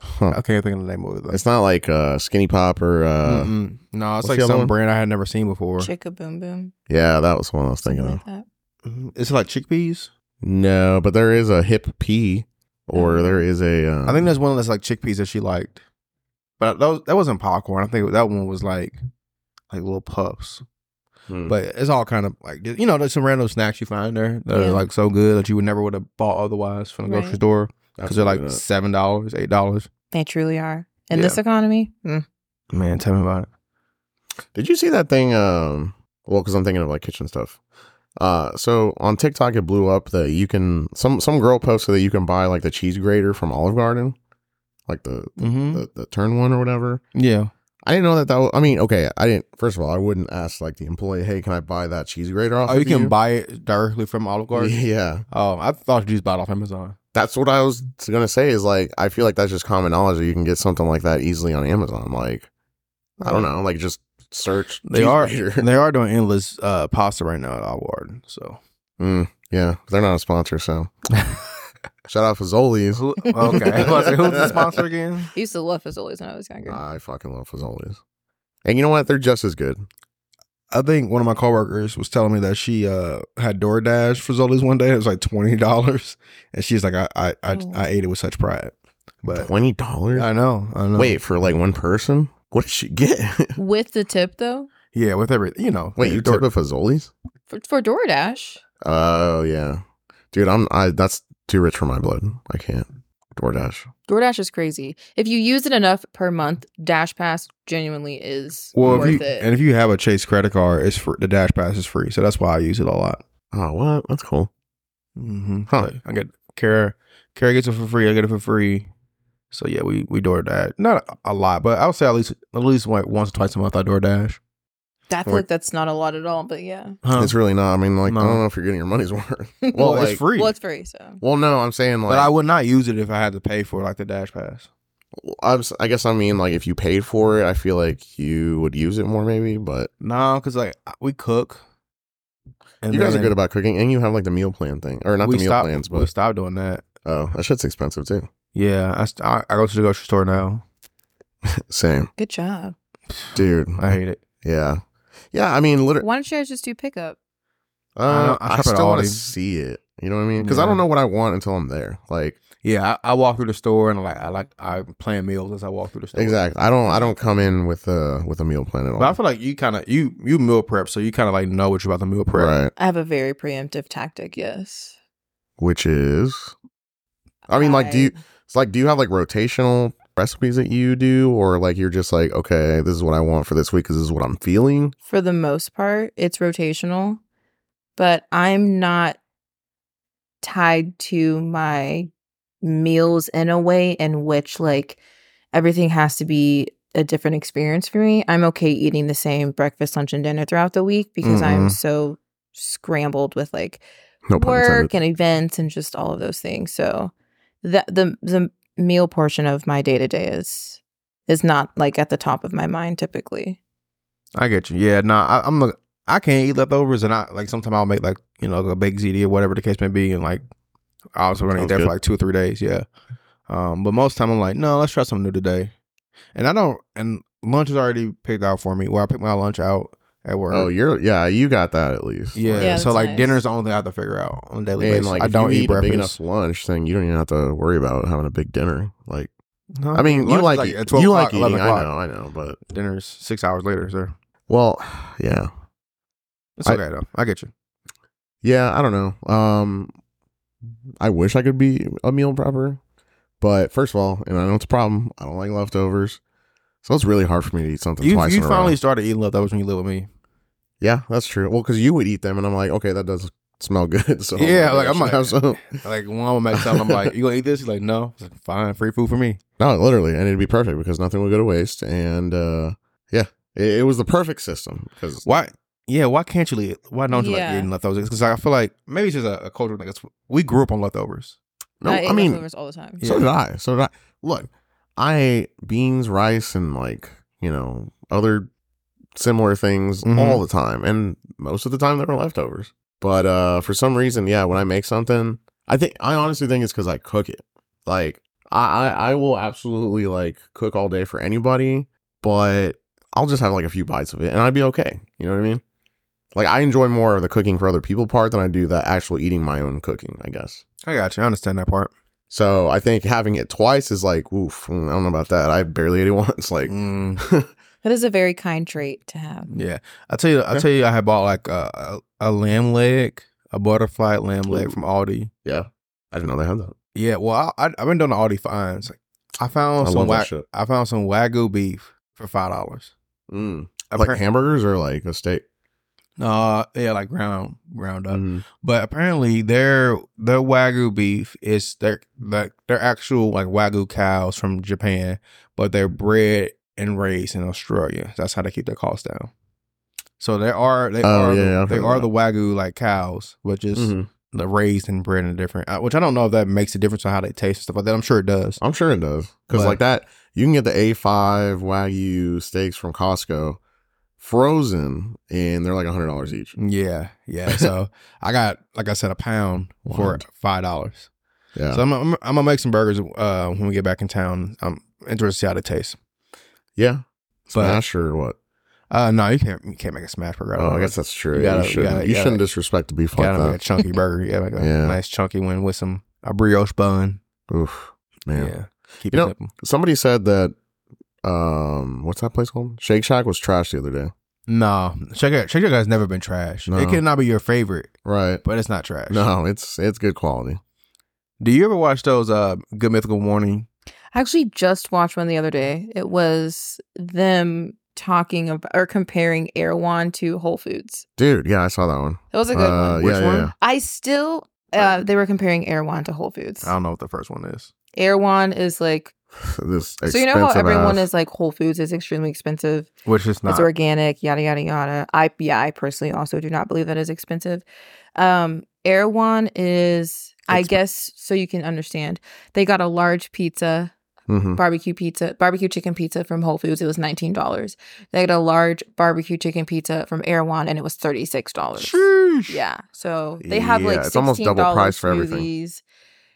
A: Huh.
B: I can't think of the name of it. Though.
A: It's not like uh skinny pop or uh
B: Mm-mm. no,
A: what's
B: it's
A: the
B: like
A: other
B: some
A: one?
B: brand I had never seen before.
C: Chicka boom boom.
A: yeah, that was one I was
C: something
A: thinking of.
C: like that.
B: Mhm. It's like chickpeas.
A: No, but there is a hip pea or there is a um,
B: Mm-hmm. I think there's one that's like chickpeas that she liked, but that was, that wasn't popcorn. I think that one was like like little puffs.
A: Hmm.
B: Mm-hmm. But it's all kind of like you know, there's some random snacks you find there that
C: Yeah.
B: are like so good that you would never would have bought otherwise from the grocery
C: Right.
B: store because they're like
A: Absolutely not.
B: seven dollars, eight dollars.
C: They truly are. In
B: Yeah.
C: this economy, mm.
B: Man, tell me about it.
A: Did you see that thing? Um, well, because I'm thinking of like kitchen stuff. Uh, so on TikTok, it blew up that you can some some girl posted that you can buy like the cheese grater from Olive Garden, like the
B: Mm-hmm.
A: the, the turn one or whatever.
B: Yeah,
A: I didn't know that that. Was, I mean, okay, I didn't. First of all, I wouldn't ask like the employee, "Hey, can I buy that cheese grater off?"
B: oh,
A: of
B: you can buy it directly from Olive Garden.
A: Yeah,
B: Oh, I thought you just bought it off Amazon.
A: that's what I was gonna say. Is like I feel like that's just common knowledge that you can get something like that easily on Amazon. Like I don't know, like just search.
B: They
A: cheese
B: are
A: grater.
B: they are doing endless uh, pasta right now at Olive Garden. So
A: Mm, yeah, they're not a sponsor, so shout out Fazoli's.
B: Who- okay, I was like, who's the sponsor again?
C: I used to love Fazoli's when I was
B: Uh,
C: younger.
A: I fucking love Fazoli's, and you know what? They're just as good.
B: I think one of my coworkers was telling me that she uh, had DoorDash for Zoli's one day. It was like twenty dollars, and she's like, I I, I,
C: Oh.
B: I ate it with such pride. But
A: Twenty dollars.
B: I know, I know.
A: Wait for like one person. What did she get?
C: With the tip though,
B: yeah, with everything, you know.
A: Wait, you
B: Door-
A: tip at Fazoli's?
C: for, for DoorDash.
A: Oh yeah, dude. I'm. I that's too rich for my blood. I can't. DoorDash.
C: DoorDash is crazy. If you use it enough per month, Dash Pass genuinely is
B: Well,
C: worth
B: if you,
C: it.
B: and if you have a Chase credit card, it's free. The Dash Pass is free, so that's why I use it a lot.
A: Oh what? That's cool.
B: Mm-hmm.
A: Huh.
B: I get Kara. Kara gets it for free. I get it for free. So yeah, we we DoorDash. Not a lot, but I would say at least at least like once or twice a month I DoorDash.
C: I feel like that's not a lot at all, but yeah.
B: Huh?
A: It's really not. I mean, like
B: No.
A: I don't know if you're getting your money's worth.
B: well,
A: like-
B: it's free.
C: Well, it's free, so
A: Well, no, I'm saying like
B: but I would not use it if I had to pay for like the Dash Pass.
A: I'm, si guess I mean like if you paid for it, I feel like you would use it more maybe. But
B: No, because like we cook. And
A: you guys are
B: then
A: good about cooking, and you have like the meal plan thing, or not
B: we
A: the meal
B: stopped-
A: plans,
B: we
A: but
B: stopped doing that.
A: oh, that shit's expensive too.
B: Yeah, I, st- I I go to the grocery store now.
A: Same,
C: good job.
A: dude.
B: I hate it.
A: Yeah, yeah. I mean, literally,
C: Why don't you guys just do pickup?
B: I
A: uh,
B: don't- I
A: I,
B: shop at
A: still want
B: Aldi.
A: to see it. You know what I mean? Because I
B: Yeah.
A: don't know what I want until I'm there. Like
B: Yeah, I, I walk through the store and like I like I plan meals as I walk through the store.
A: exactly, I don't. I don't come in with a with a meal plan at all.
B: But I feel like you kind of you you meal prep, so you kind of like know what you're about to meal prep.
A: right,
C: I have a very preemptive tactic, yes.
A: which is, I mean, like, do you? It's like, do you have like rotational recipes that you do, or like you're just like, okay, this is what I want for this week because this is what I'm feeling.
C: for the most part, it's rotational, but I'm not tied to my meals in a way in which like everything has to be a different experience for me. I'm okay eating the same breakfast, lunch, and dinner throughout the week because I'm
A: Mhm.
C: so scrambled with like
A: No pun
C: work
A: intended.
C: and events and just all of those things. So the the the meal portion of my day to day is is not like at the top of my mind typically.
B: I get you. Yeah, nah, I, I'm look. I can't eat leftovers, and I like sometimes I'll make like you know a baked ziti or whatever the case may be, and like I was running
A: Sounds
B: there
A: good.
B: for like two or three days. Yeah, um, but most time I'm like, no, let's try something new today, and I don't. And lunch is already picked out for me. Well, I pick my lunch out at work.
A: Oh, you're yeah, you got that at least.
B: yeah.
C: Yeah,
B: so
C: that's
B: like
C: nice.
B: dinner's the only thing I have to figure out on a daily
A: And
B: basis.
A: like,
B: I
A: if
B: don't
A: you
B: eat
A: eat a big
B: breakfast.
A: enough lunch, then you don't even have to worry about having a big dinner. Like,
B: No,
A: I mean, you like,
B: lunch is, at
A: eat-
B: 12
A: you
B: o'clock,
A: like eating.
B: 11
A: I
B: o'clock.
A: know, I know, but
B: Dinner's six hours later, sir.
A: well, yeah.
B: It's
A: I-
B: okay though. I get you.
A: yeah, I don't know. Um, I wish I could be a meal prepper, but first of all, and I know it's a problem. I don't like leftovers, so it's really hard for me to eat something
B: You,
A: twice.
B: you
A: in a row.
B: finally started eating leftovers when you lived with me.
A: yeah, that's true. Well, because you would eat them, and I'm like, okay, that does smell good. So
B: Yeah,
A: maybe
B: like,
A: I
B: I'm
A: should
B: like-
A: have some.
B: Like when I'm at time, I'm like, "You gonna eat this?" He's like, "No." I said, Fine, free food for me.
A: no, literally, and it'd be perfect because nothing would go to waste. And uh, yeah, it, it was the perfect system because
B: Why? Yeah, why can't you eat? Why don't you
C: Yeah.
B: like eating leftovers? Because I feel like maybe it's just a, a culture thing. It's- We grew up on leftovers.
A: no,
C: I, ate
A: I mean,
C: leftovers all the time.
A: So
B: Yeah.
A: did I. So did I. Look, I ate beans, rice, and like you know other similar things
B: Mhm.
A: all the time, and most of the time they were leftovers. But uh, for some reason, yeah, when I make something, I think I honestly think it's because I cook it. Like I, I, I will absolutely like cook all day for anybody, but I'll just have like a few bites of it, and I'd be okay. You know what I mean? Like I enjoy more of the cooking for other people part than I do the actual eating my own cooking. I guess.
B: I got you. I understand that part.
A: So I think having it twice is like, oof, mm, I don't know about that. I barely ate it once. Like,
B: Mm.
C: That is a very kind trait to have.
B: Yeah, I tell you, I
A: Yeah.
B: tell you, I had bought like a, a a lamb leg, a butterfly lamb leg
A: Ooh.
B: from Aldi.
A: yeah, I didn't know they had that.
B: Yeah, well, I, I I've been doing the Aldi finds. Like, I found
A: I
B: some
A: love
B: wa-
A: that shit.
B: I found some wagyu beef for five dollars.
A: Mm. Like hamburgers or like a steak.
B: uh, yeah, like ground ground up. But apparently, their their wagyu beef is their like their actual like wagyu cows from Japan, but they're bred and raised in Australia. That's how they keep their costs down. So they are they
A: Oh,
B: are
A: yeah, yeah,
B: the,
A: I've
B: they
A: heard
B: are
A: of
B: the wagyu like cows, which is
A: Mhm.
B: the raised and bred in a different, uh, which I don't know if that makes a difference on how they taste and stuff like that. I'm sure it does.
A: I'm sure it does. Because
B: But-
A: like that, you can get the A5 Wagyu steaks from Costco frozen, and they're like hundred dollars each.
B: Mm. Yeah, yeah. So I got, like I said, a pound for
A: What?
B: five dollars.
A: Yeah,
B: So I'm, I'm, I'm gonna make some burgers uh, when we get back in town. I'm interested to see how they taste.
A: yeah.
B: But
A: Smash or what?
B: uh, no, you can't, you can't make a smash burger. out of
A: Oh, I
B: it.
A: guess that's true.
B: You
A: You,
B: gotta- you
A: shouldn't, you
B: gotta- you gotta-
A: shouldn't disrespect the beef
B: You gotta make a
A: like
B: chunky burger. Yeah, like a
A: Yeah.
B: nice chunky one with some a brioche bun.
A: that. Oof, man.
B: Yeah, keep
A: You
B: it
A: know-
B: simple.
A: Somebody said that. Um, what's that place called? Shake Shack was trash the other day.
B: No, check out check out. Has never been trash.
A: No.
B: It cannot be your favorite,
A: Right.
B: but it's not trash.
A: No, it's it's good quality.
B: Do you ever watch those uh Good Mythical Morning?
C: I actually just watched one the other day. It was them talking about or comparing Erewhon to Whole Foods.
A: Dude, yeah, I saw that one.
C: That was a good
A: Uh,
C: one.
A: yeah,
B: Which
A: yeah,
B: one?
A: yeah.
C: I still uh, they were comparing Erewhon to Whole Foods.
A: Oh.
B: I don't know what the first one is.
C: Erewhon is like
A: This
C: so you know how
A: expensive
C: everyone
A: ass-
C: is like Whole Foods is extremely expensive.
B: Which is not.
C: It's organic, yada yada yada. I yeah, I personally also do not believe that is expensive. Um Erewhon is I
B: Expen-
C: guess so you can understand. They got a large pizza,
A: Mhm.
C: barbecue pizza, barbecue chicken pizza from Whole Foods. It was nineteen dollars. They got a large barbecue chicken pizza from Erewhon, and it was thirty six dollars.
B: Sheesh.
C: Yeah, so they have like
A: Yeah,
C: it's almost double price for everything.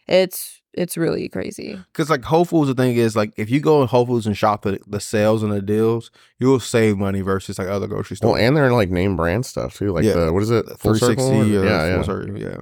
C: It's it's really crazy.
B: Because like Whole Foods, the thing is like if you go in Whole Foods and shop the, the sales and the deals, you'll save money versus like other grocery
A: Well,
B: stores.
A: and they're like name brand stuff too. Like
B: Yeah.
A: the what is it? Full
B: three sixty,
A: circle?
B: yeah,
A: yeah, yeah.
B: full circle, yeah.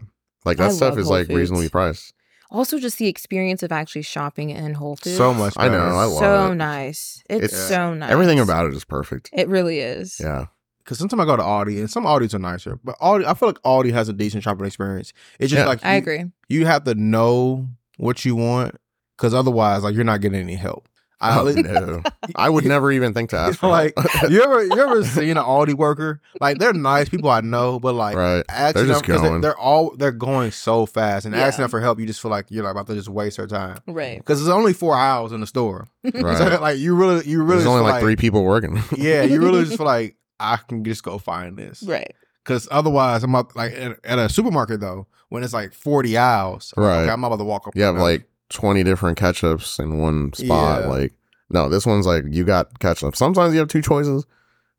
A: Like
C: I
A: that stuff
C: love
A: is
C: Whole
A: like reasonably
C: Foods.
A: priced.
C: Also, just the experience of actually shopping in Whole Foods.
B: So much.
A: I know,
B: better.
A: I love
C: so
A: it.
C: nice. It's,
A: It's-
C: so nice.
A: Everything about it is perfect.
C: it really is.
A: Yeah.
B: Because sometimes I go to Aldi and some Aldis are nicer, but Aldi, I feel like Aldi has a decent shopping experience. It's just
A: Yeah.
B: like
C: I
B: you-
C: agree.
B: You have to know what you want, because otherwise, like you're not getting any help. I,
A: Oh, no. I would never even think to ask. For
B: like
A: help.
B: you ever you ever seen an Aldi worker? Like they're nice people I know, but like
A: right.
B: asking
A: They're just
B: them- 'cause
A: going.
B: They're all they're going so fast, and
C: Yeah.
B: asking them for help, you just feel like you're like about to just waste their time
C: Right.
B: because it's only four hours in the store.
A: Right.
B: So like you really, you really
A: There's
B: just
A: only
B: feel
A: like three people working.
B: Yeah, you really just feel like I can just go find this
C: Right.
B: because otherwise I'm up like at, at a supermarket though when it's like forty aisles. I'm like,
A: Right.
B: okay, I'm about to walk up.
A: You have
B: another.
A: like 20 different ketchups in one spot.
B: Yeah.
A: Like, no, this one's like you got ketchup. Sometimes you have two choices,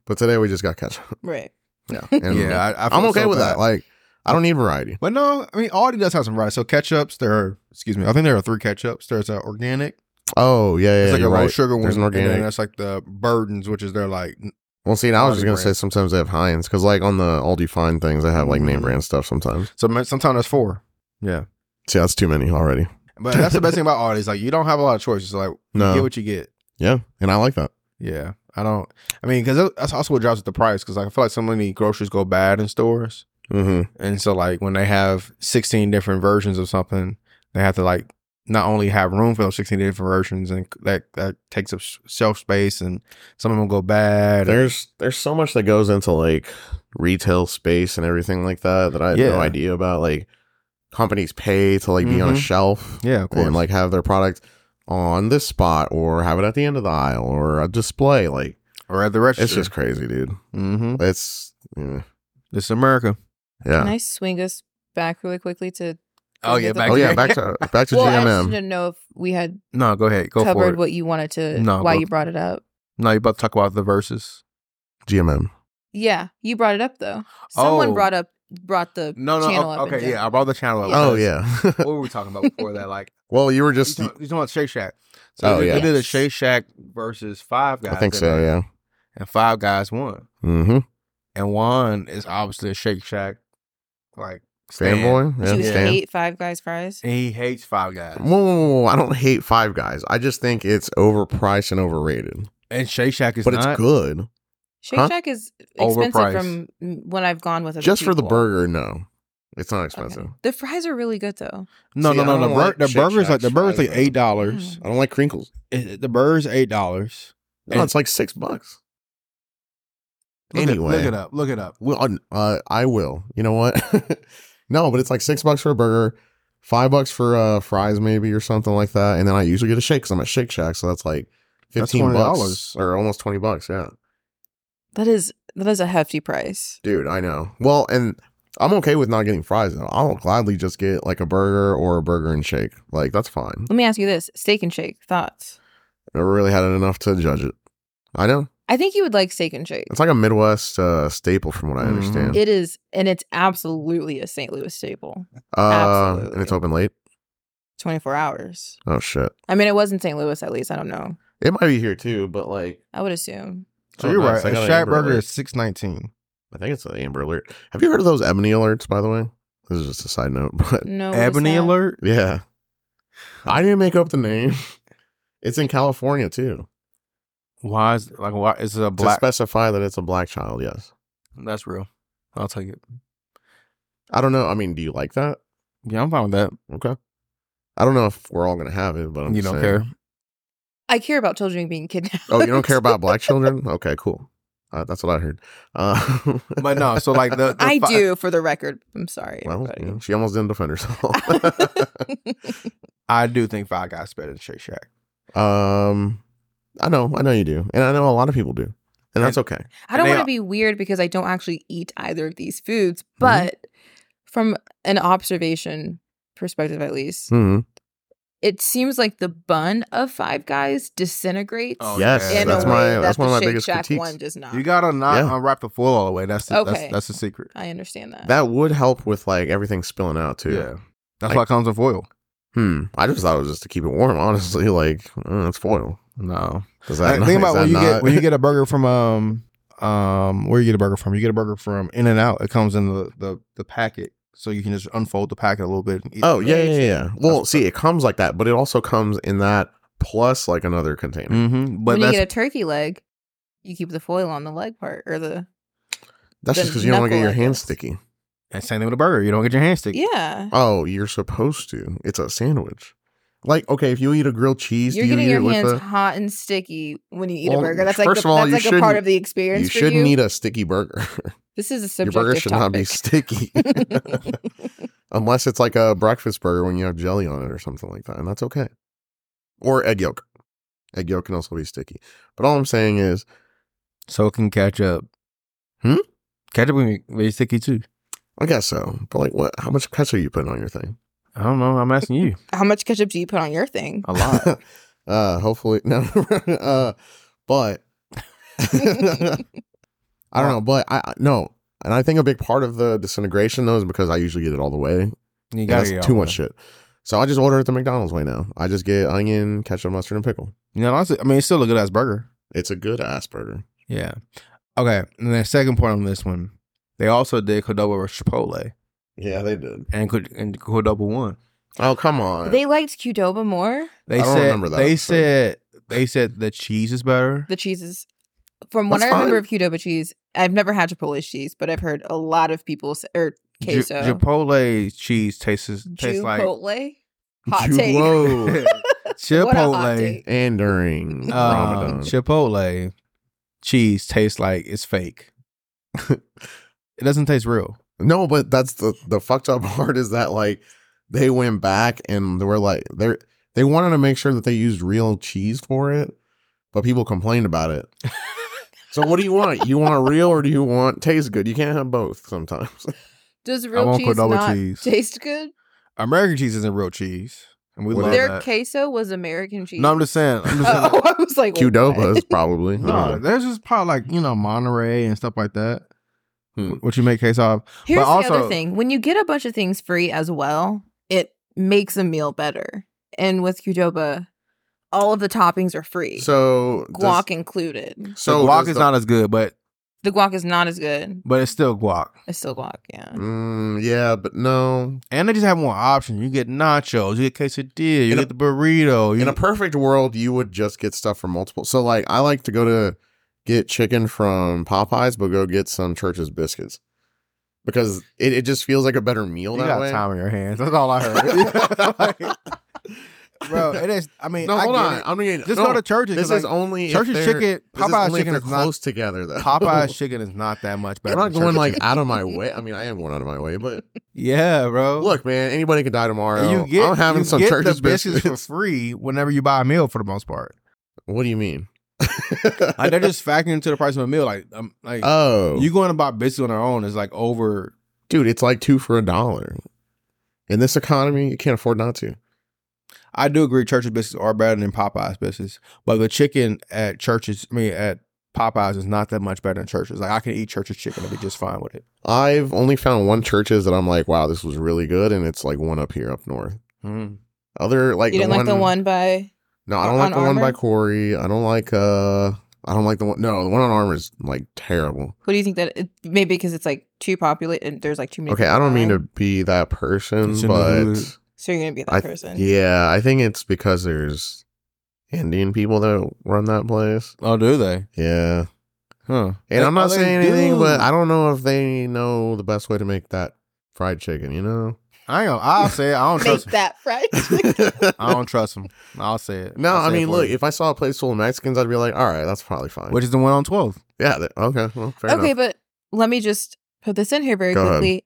A: but today we just got ketchup.
C: Right.
A: Yeah. And
B: yeah, I, I
A: I'm
B: feel
A: okay
B: so
A: with
B: bad.
A: that. Like, I don't need variety.
B: But no, I mean Aldi does have some variety. So ketchups, there are excuse me, I think there are three ketchups. There's a organic,
A: Oh, yeah, yeah.
B: it's like a
A: you're
B: low
A: right.
B: sugar one,
A: There's an
B: and
A: organic.
B: then that's like the burdens, which is their like
A: Well, see, and I was just
B: Aldi
A: going to say
B: brand.
A: sometimes they have Heinz because, like, on the Aldi Fine things, they have like name
B: Mhm.
A: brand stuff sometimes.
B: so man, sometimes there's four. Yeah,
A: See, that's too many already.
B: but that's the best thing about Aldi is like you don't have a lot of choices. So like you get
A: No.
B: what you get.
A: Yeah. And I like that.
B: Yeah, I don't. I mean, because that's also what drives up the price. Because I feel like so many groceries go bad in stores.
A: Mm-hmm.
B: And so like when they have 16 different versions of something, they have to like not only have room for those 16 different versions and that that takes up s- shelf space and some of them go bad.
A: There's there's so much that goes into like retail space and everything like that that I had
B: Yeah.
A: no idea about. Like companies pay to like be on a
B: Mhm.
A: shelf
B: yeah, of course.
A: and like have their product on this spot or have it at the end of the aisle or a display. Like
B: or at the register.
A: it's just crazy, dude.
B: mm-hmm.
A: It's yeah.
B: It's America.
A: yeah.
C: Can I swing us back really quickly to?
B: Oh yeah,
C: the-
B: back
A: oh yeah,
B: here.
A: back to back to
C: well, I just
A: GMM.
C: didn't know if we had
B: No, go ahead. Go for
C: covered
B: it.
C: what you wanted to.
B: No,
C: why
B: go-
C: you brought it up?
B: no, you're about to talk about the verses.
A: GMM.
C: Yeah, you brought it up though. Someone
B: Oh.
C: brought up brought the
B: No, no.
C: channel
B: o-
C: up. in
B: okay,
C: general.
B: yeah. I brought the channel up.
A: Oh
C: Yeah.
B: because
A: yeah.
B: what were we talking about before that? Like
A: well, you were just
B: you talking, you talking about Shake Shack. So
A: Oh,
B: they, did-
A: yeah.
B: they did a
C: Yes.
B: Shake Shack versus Five Guys.
A: I think
B: in
A: so,
B: there,
A: yeah.
B: And Five Guys won.
A: Mm-hmm.
B: And one is obviously a Shake Shack like stand.
A: Fanboy. Yeah,
C: Do you
A: Stan.
C: hate Five Guys fries?
B: And he hates Five Guys.
A: Whoa, whoa, whoa, whoa, I don't hate Five Guys. I just think it's overpriced and overrated.
B: And Shake Shack is
A: but
B: not
A: it's good.
C: Shake
A: Huh?
C: Shack is expensive
B: Overpriced.
C: from mm, when I've gone with other
A: Just for the
C: people.
A: burger, no. It's not
C: Okay.
A: expensive.
C: The fries are really good though.
B: No,
A: See,
B: no,
A: I
B: no. The,
A: don't
B: bur-
A: like
B: the
A: Shake
B: burgers like the
A: Shack's
B: burgers
A: fries,
B: like
A: though.
B: eight dollars.
A: I don't like crinkles.
C: Mm.
B: The burgers eight dollars.
A: No,
B: And-
A: it's like six bucks.
B: look
A: Anyway.
B: it up. Look it up.
A: Well, uh, I will. You know what? no, but it's like six bucks for a burger, five bucks for uh, fries, maybe or something like that. And then I usually get a shake because I'm at Shake Shack, so that's like
B: That's
A: fifteen bucks
B: $20.
A: or almost twenty bucks. Yeah,
C: That is that is a hefty price.
A: dude, I know. Well, and I'm okay with not getting fries. Though. I'll gladly just get like a burger or a burger and shake. Like that's fine.
C: Let me ask you this: Steak and Shake thoughts?
A: Never really had it enough to judge it. I know
C: I think you would like Steak and Shake.
A: it's like a Midwest uh, staple, from what I
B: Mhm.
A: understand.
C: It is, and it's absolutely a St. Louis staple.
A: uh, and
C: absolutely.
A: it's open late.
C: Twenty four hours.
A: Oh shit!
C: I mean, it was in St. Louis at least. I don't know.
A: It might be here too, but like.
C: I would assume.
B: So
A: Oh,
B: you're
A: nice. I
B: right.
A: got
B: A
A: an
B: Shack
A: Amber
B: burger
A: Alert.
B: is six nineteen.
A: I think it's an Amber Alert. Have you heard of those Ebony Alerts, by the way? This is just a side note, but
C: No. Oh, what is
B: Ebony
C: that?
B: alert.
A: yeah. I didn't make up the name. It's in California too.
B: Why is like why is it a black?
A: To specify that it's a black child, yes.
B: That's real. I'll take it.
A: I don't know. I mean, do you like that?
B: Yeah, I'm fine with that.
A: Okay. I don't know if we're all gonna have it, but I'm
B: you
A: just
B: don't
A: saying.
B: care.
C: I care about children being kidnapped.
A: Oh, you don't care about black children? Okay, cool. Uh, that's what I heard. Uh,
B: But no, so like the, the
C: I
B: fi-
C: do, for the record. I'm sorry,
A: Well,
C: everybody.
A: you know, she almost didn't defend herself.
B: I do think Five Guys is better than Shake Shack.
A: um, I know, I know you do, and I know a lot of people do, and that's okay.
C: I don't
B: they
C: want to
B: are-
C: be weird because I don't actually eat either of these
A: Mm-hmm.
C: foods, but from an observation perspective, at least,
A: hmm
C: it seems like the bun of Five Guys disintegrates.
B: Oh,
A: yes,
B: yeah.
C: in
A: that's
C: a way
A: my
C: that
A: that's
C: the
A: one of my
C: Shake
A: biggest
C: Shack
A: critiques.
C: one does not.
B: You gotta not
A: Yeah.
B: unwrap the foil all the way. That's the,
C: Ah. Okay.
B: that's that's the secret.
C: I understand that.
A: That would help with like everything spilling out too.
B: Yeah, that's
A: Like-
B: why it comes in foil.
A: Hmm. I just thought it was just to keep it warm. Honestly, like uh, it's foil.
B: No,
A: Does that
B: think
A: is
B: about
A: that
B: when you
A: not-
B: get when you get a burger from um um where you get a burger from. You get a burger from In and Out. It comes in the, the the packet, so you can just unfold the packet a little bit. And eat
A: Oh yeah, yeah, yeah. Well,
B: That's-
A: see, it comes like that, but it also comes in that plus like another container.
B: Mm-hmm. But
C: when you
B: that's
C: get a turkey leg, you keep the foil on the leg part or the
A: That's
C: The
A: just because you don't want to get
C: knuckle,
A: your
C: I
A: hands
C: guess.
A: sticky.
B: and same thing with a burger. You don't get your hand sticky.
C: yeah.
A: Oh, you're supposed to. It's a sandwich. Like okay, if you eat a grilled cheese,
C: You're
A: do you
C: getting
A: eat it
C: your
A: with
C: hands
A: a?
C: hot and sticky when you eat
A: Well,
C: a burger. That's like the,
A: first of all, you
C: that's like a part
A: shouldn't-
C: of the
A: You
C: experience for
A: shouldn't
C: you.
A: eat a sticky burger.
C: this is a
A: your
C: subjective
A: burger should
C: topic.
A: not be sticky. Unless it's like a breakfast burger when you have jelly on it or something like that, and that's okay. Or egg yolk. Egg yolk can also be sticky. But all I'm saying is,
B: So it can catch up.
A: Hmm?
B: Ketchup can be very sticky too.
A: I guess so. But like, what? How much ketchup are you putting on your thing?
B: I don't know. I'm asking you.
C: How much ketchup do you put on your thing?
B: A lot.
A: uh, hopefully, no. uh, but I don't know. But I I- no, and I think a big part of the disintegration though is because I usually get it all the way.
B: You
A: And
B: gotta
A: that's
B: get it
A: too
B: all
A: much
B: the way.
A: shit. So I just order it the McDonald's way now. I just get onion, ketchup, mustard, and pickle.
B: You know, honestly, I mean, it's still a good ass burger.
A: It's a good ass burger.
B: Yeah. Okay. And the second point on this one, they also did Cordoba versus Chipotle,
A: Yeah, they did.
B: and Cor- and Cordoba won.
A: Oh come on.
C: They liked Qdoba more.
B: They
A: I don't
B: said
A: remember that,
B: they
A: so-
B: said they said the cheese is better,
C: The cheese is From what I
A: That's
C: remember of Qdoba cheese, I've never had Chipotle cheese, but I've heard a lot of people say, or
B: Ju-
C: queso.
B: Chipotle cheese tastes tastes like
C: Chipotle? Hot
A: Ju-
C: take.
A: Whoa.
C: What a hot
B: Chipotle.
C: take.
A: and during
C: Um,
B: Uh,
A: Ramadan.
B: Chipotle cheese tastes like it's fake. it doesn't taste real.
A: No, but that's the the fucked up part is that like they went back and they were like they they wanted to make sure that they used real cheese for it, but people complained about it. so what do you want? You want real or do you want taste good? You can't have both sometimes.
C: Does
B: I
C: real
B: want
C: cheese
B: Cordova
C: not
B: cheese.
C: taste good?
B: American cheese isn't real cheese, and we
A: What
B: love
A: is
C: Their
B: that.
C: queso was American cheese.
B: No, I'm just saying. I'm just saying
C: oh, I was like,
A: Qdoba
C: what?
A: is probably.
B: No, there's just probably like you know Monterey and stuff like that.
A: Hmm.
B: What you make case of?
C: Here's
B: But
C: the other
B: also-
C: thing: when you get a bunch of things free as well, it makes a meal better. And with Qdoba, all of the toppings are free,
A: So does-
C: guac included.
B: So
A: So
B: guac
A: does
B: is
A: the-
B: not as good, but
C: The guac is not as good.
B: but it's still guac.
C: It's still guac, yeah.
A: Mm, yeah, but no.
B: And they just have more options. You get nachos, you get quesadilla, you
A: In a-
B: get the burrito. You
A: In a perfect world, you would just get stuff from multiple. So like I like to go to get chicken from Popeyes, but go get some Church's biscuits. Because it, it just feels like a better meal
B: you
A: that
B: got
A: way.
B: time in your hands. That's all I heard. Like, bro, it is. I mean,
A: no,
B: I
A: hold
B: get
A: on.
B: it.
A: I mean,
B: Just
A: no,
B: go to churches.
A: this
B: 'cause,
A: is
B: like,
A: only if
B: church's
A: they're-
B: chicken.
A: This is
B: Popeye's
A: only if
B: chicken
A: they're
B: is not.
A: close together though.
B: Popeye's chicken is not that much better.
A: I'm not
B: than Church's
A: going like
B: chicken.
A: out of my way. I mean, I am going out of my way, but
B: yeah, bro.
A: look, man, anybody could die tomorrow.
B: you get
A: I'm having
B: you
A: some
B: get
A: Church's
B: the biscuits for
A: biscuits.
B: free whenever you buy a meal for the most part.
A: what do you mean?
B: Like they're just factoring into the price of a meal. Like um, like
A: oh,
B: you going to buy biscuits on their own is like over.
A: dude, it's like two for a dollar. In this economy, you can't afford not to.
B: I do agree, Church's biscuits are better than Popeyes biscuits, but the chicken at Church's, I mean at Popeyes, is not that much better than Church's. Like I can eat Church's chicken and be just fine with it.
A: I've only found one churches that I'm like, wow, this was really good, and it's like one up here up north.
B: Mm.
A: Other like
C: You
A: the
C: didn't
A: one,
C: like the one by
A: No, I don't
C: on
A: like the one by
C: Armour?
A: Corey. I don't like uh, I don't like the one. No, the one on Armor is like terrible.
C: who do you think that it, maybe because it's like too populated and there's like too many.
A: Okay,
C: people
A: I don't mean to
C: around.
A: be that person,
B: It's in the
A: but
B: hood.
C: So you're gonna be that
A: I-
C: person.
A: yeah, I think it's because there's Indian people that run that place.
B: Oh, do they?
A: Yeah,
B: Huh?
A: and I'm
B: Oh,
A: not
B: they
A: saying anything,
B: do.
A: but I don't know if they know the best way to make that fried chicken. You know.
B: I ain't gonna, I'll say it. I
C: Make
B: don't trust.
C: that fried chicken.
B: I don't trust them. I'll say it.
A: Um, No, I
B: I'll say it
A: mean,
B: for
A: look,
B: you.
A: if I saw a place full of Mexicans, I'd be like, all right, that's probably fine.
B: which is the one on 12th.
A: yeah, th- okay, well, fair
C: okay,
A: enough.
C: but let me just put this in here very
A: Go ahead.
C: quickly.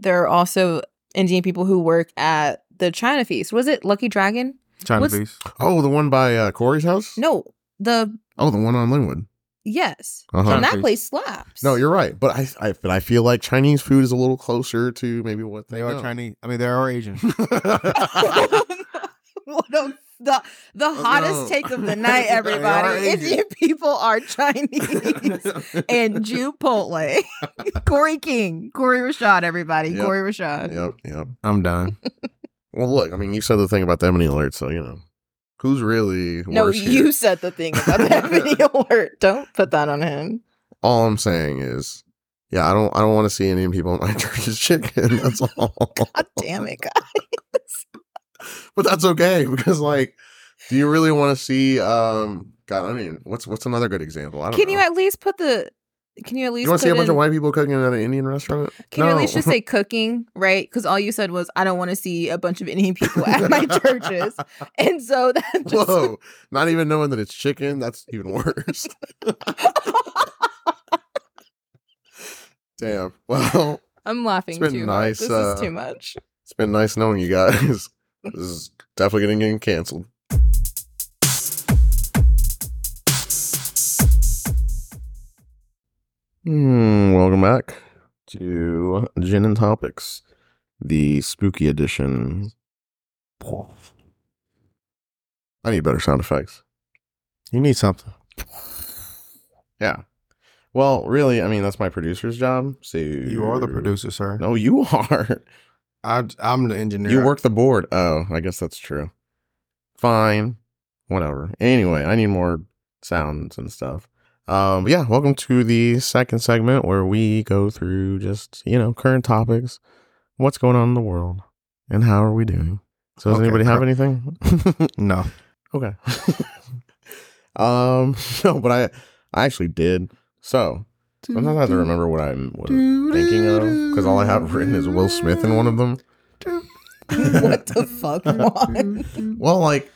C: There are also Indian people who work at the China Feast. Was it Lucky Dragon?
B: China
C: What's-
B: feast.
A: Oh, the one by uh, Corey's house?
C: No, the
A: Oh, the one on Linwood.
C: yes,
A: Uh-huh.
C: and
B: China
C: that
B: Feast.
C: place slaps.
A: No, you're right, but I, I, but I feel like Chinese food is a little closer to maybe what they,
B: They are
A: know.
B: Chinese. I mean, they are Asian.
C: what a, the the
A: Oh, no.
C: hottest take of the night, everybody.
A: They are
C: Indian people are Chinese and Chipotle. Corey King, Corey Rashad, everybody,
A: Yep.
C: Corey Rashad.
A: Yep, yep.
B: I'm done.
A: Well, look, I mean, you said the thing about the Emily alert, so you know who's really
C: No,
A: worse
C: you
A: here?
C: said the thing about that video alert. Don't put that on him.
A: All I'm saying is, yeah, I don't, I don't want to see Indian people in my church's chicken. That's all.
C: God damn it, guys.
A: but that's okay because like do you really want to see um god i mean what's what's another good example i don't
C: Can
A: know
C: you at least put the can you at least
A: you want to see a
C: put
A: bunch
C: in-
A: of white people cooking at an indian restaurant
C: Can you at least
A: No.
C: just say cooking, right? Because all you said was, I don't want to see a bunch of Indian people at my churches. And so that just.
A: whoa not even knowing that it's chicken that's even worse damn well
C: I'm laughing
A: It's been
C: too
A: nice,
C: much. This
A: uh,
C: is too much.
A: it's been nice knowing you guys this is definitely getting getting canceled Hmm, welcome back to Gin and Topics, the spooky edition. I need better sound effects.
B: You need something.
A: Yeah. Well, really, I mean that's my producer's job. So
B: You are the producer, sir.
A: No, you are.
B: I, I'm the engineer.
A: You work the board. Oh, I guess that's true. Fine. Whatever. Anyway, I need more sounds and stuff. Um, but yeah, welcome to the second segment where we go through just, you know, current topics, what's going on in the world, and how are we doing. So does
B: Okay,
A: anybody have
B: cor-
A: anything?
B: No.
A: okay. um, no, but I I actually did. So sometimes I
C: Mm-hmm.
A: have to remember what I'm what I'm thinking of because all I have written is Will Smith in one of them.
C: what the fuck? Juan?
A: Well, like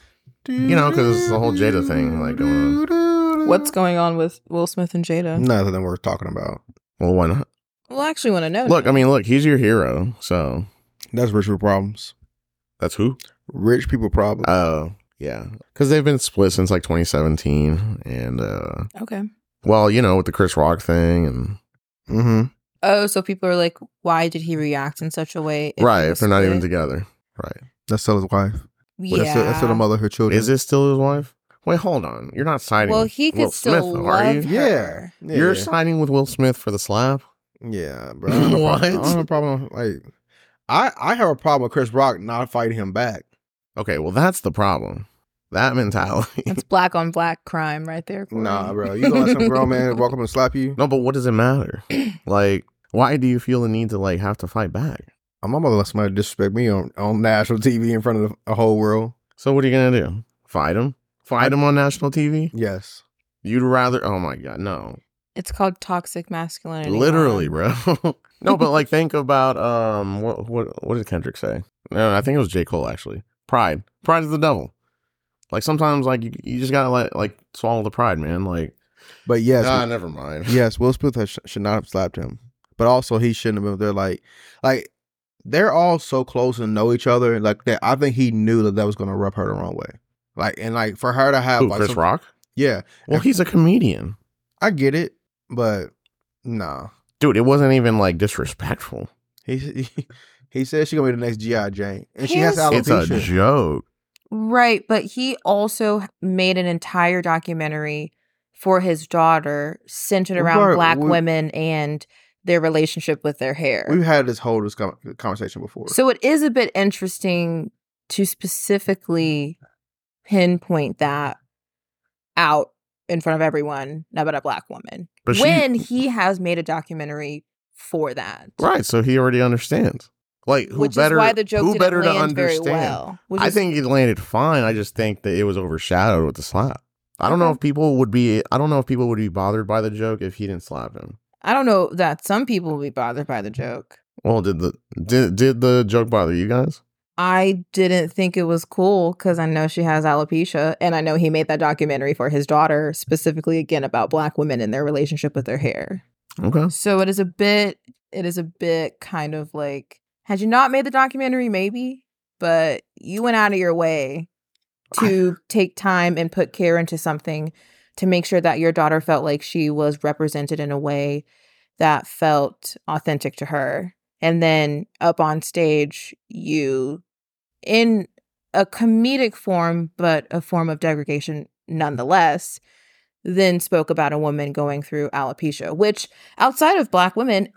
A: you know, because it's the whole Jada thing, like going
B: uh,
A: on.
C: What's going on with Will Smith and Jada?
B: Nothing worth talking about.
A: Well, why not?
C: Well, I actually want to know.
A: Look, I mean, look, he's your hero, so
B: That's rich people problems.
A: that's who.
B: Rich people problems.
A: Oh, yeah, because they've been split since like 2017, and uh,
C: okay.
A: well, you know, with the Chris Rock thing, and
B: mm-hmm.
C: Oh, so people are like, why did he react in such a way? he
A: right, if
C: was
A: they're not even
C: split?
A: together, right?
B: That's still his wife.
C: Yeah.
B: That's, still, that's still the mother of her children.
A: Is it still his wife? Wait, hold on, you're not siding.
C: well,
A: with
C: he could
A: Will
C: still
A: Smith, though,
C: love
A: are you?
B: Yeah.
C: her.
B: yeah.
A: You're siding with Will Smith for the slap.
B: Yeah, bro. I don't have a
A: What?
B: problem- I don't have a problem. Like, I I have a problem with Chris Rock not fighting him back.
A: Okay, well, that's the problem. That mentality.
C: That's black on black crime right there. Corey.
B: Nah, bro. You gonna let some grown man walk up and slap you?
A: No, but what does it matter? like, why do you feel the need to like have to fight back?
B: I'm not gonna Oh, let somebody disrespect me on, on national TV in front of the, the whole world.
A: So what are you gonna do? Fight him? Fight him on national TV?
B: Yes.
A: You'd rather? Oh my god, no!
C: It's called toxic masculinity.
A: Literally,
C: Juan.
A: bro. no, but like, think about um, what what what did Kendrick say? No, I think it was J Cole actually. Pride, pride is the devil. Like sometimes, like you, you just gotta like like swallow the pride, man. Like,
B: But yes,
A: ah, never mind.
B: yes, Will Smith has, should not have slapped him. But also, he shouldn't have been there. Like, like they're all so close and know each other. Like that, I think he knew that that was gonna rub her the wrong way. Like, and like for her to have
A: Who,
B: like
A: Chris
B: some-
A: Rock?
B: Yeah,
A: Well, he's a comedian,
B: I get it, but nah.
A: dude. It wasn't even like disrespectful.
B: He he, he says she's gonna be the next GI Jane, and she has
C: Here's-
A: It's a
B: alopecia.
A: joke.
C: Right, but he also made an entire documentary for his daughter centered around
B: Right,
C: black
B: we-
C: women and their relationship with their hair.
B: We've had this whole this com- conversation before.
C: So it is a bit interesting to specifically pinpoint that out in front of everyone about a black woman
A: But she-
C: when he has made a documentary for that.
A: Right, so he already understands. Like who
C: which
A: better?
C: is why the joke
A: who
C: didn't
A: better
C: land
A: to understand?
C: very well. Which
A: I
C: is-
A: think he landed fine. I just think that it was overshadowed with the slap. I don't know
C: Okay.
A: if people would be. I don't know if people would be bothered by the joke if he didn't slap him.
C: I don't know that some people will be bothered by the joke.
A: Well, did the did did the joke bother you guys?
C: I didn't think it was cool because I know she has alopecia, and I know he made that documentary for his daughter specifically again about black women and their relationship with their hair.
A: Okay,
C: So it is a bit it is a bit kind of like had you not made the documentary maybe, but you went out of your way to take time and put care into something to make sure that your daughter felt like she was represented in a way that felt authentic to her. And then up on stage you in a comedic form but a form of degradation nonetheless then spoke about a woman going through alopecia which outside of black women,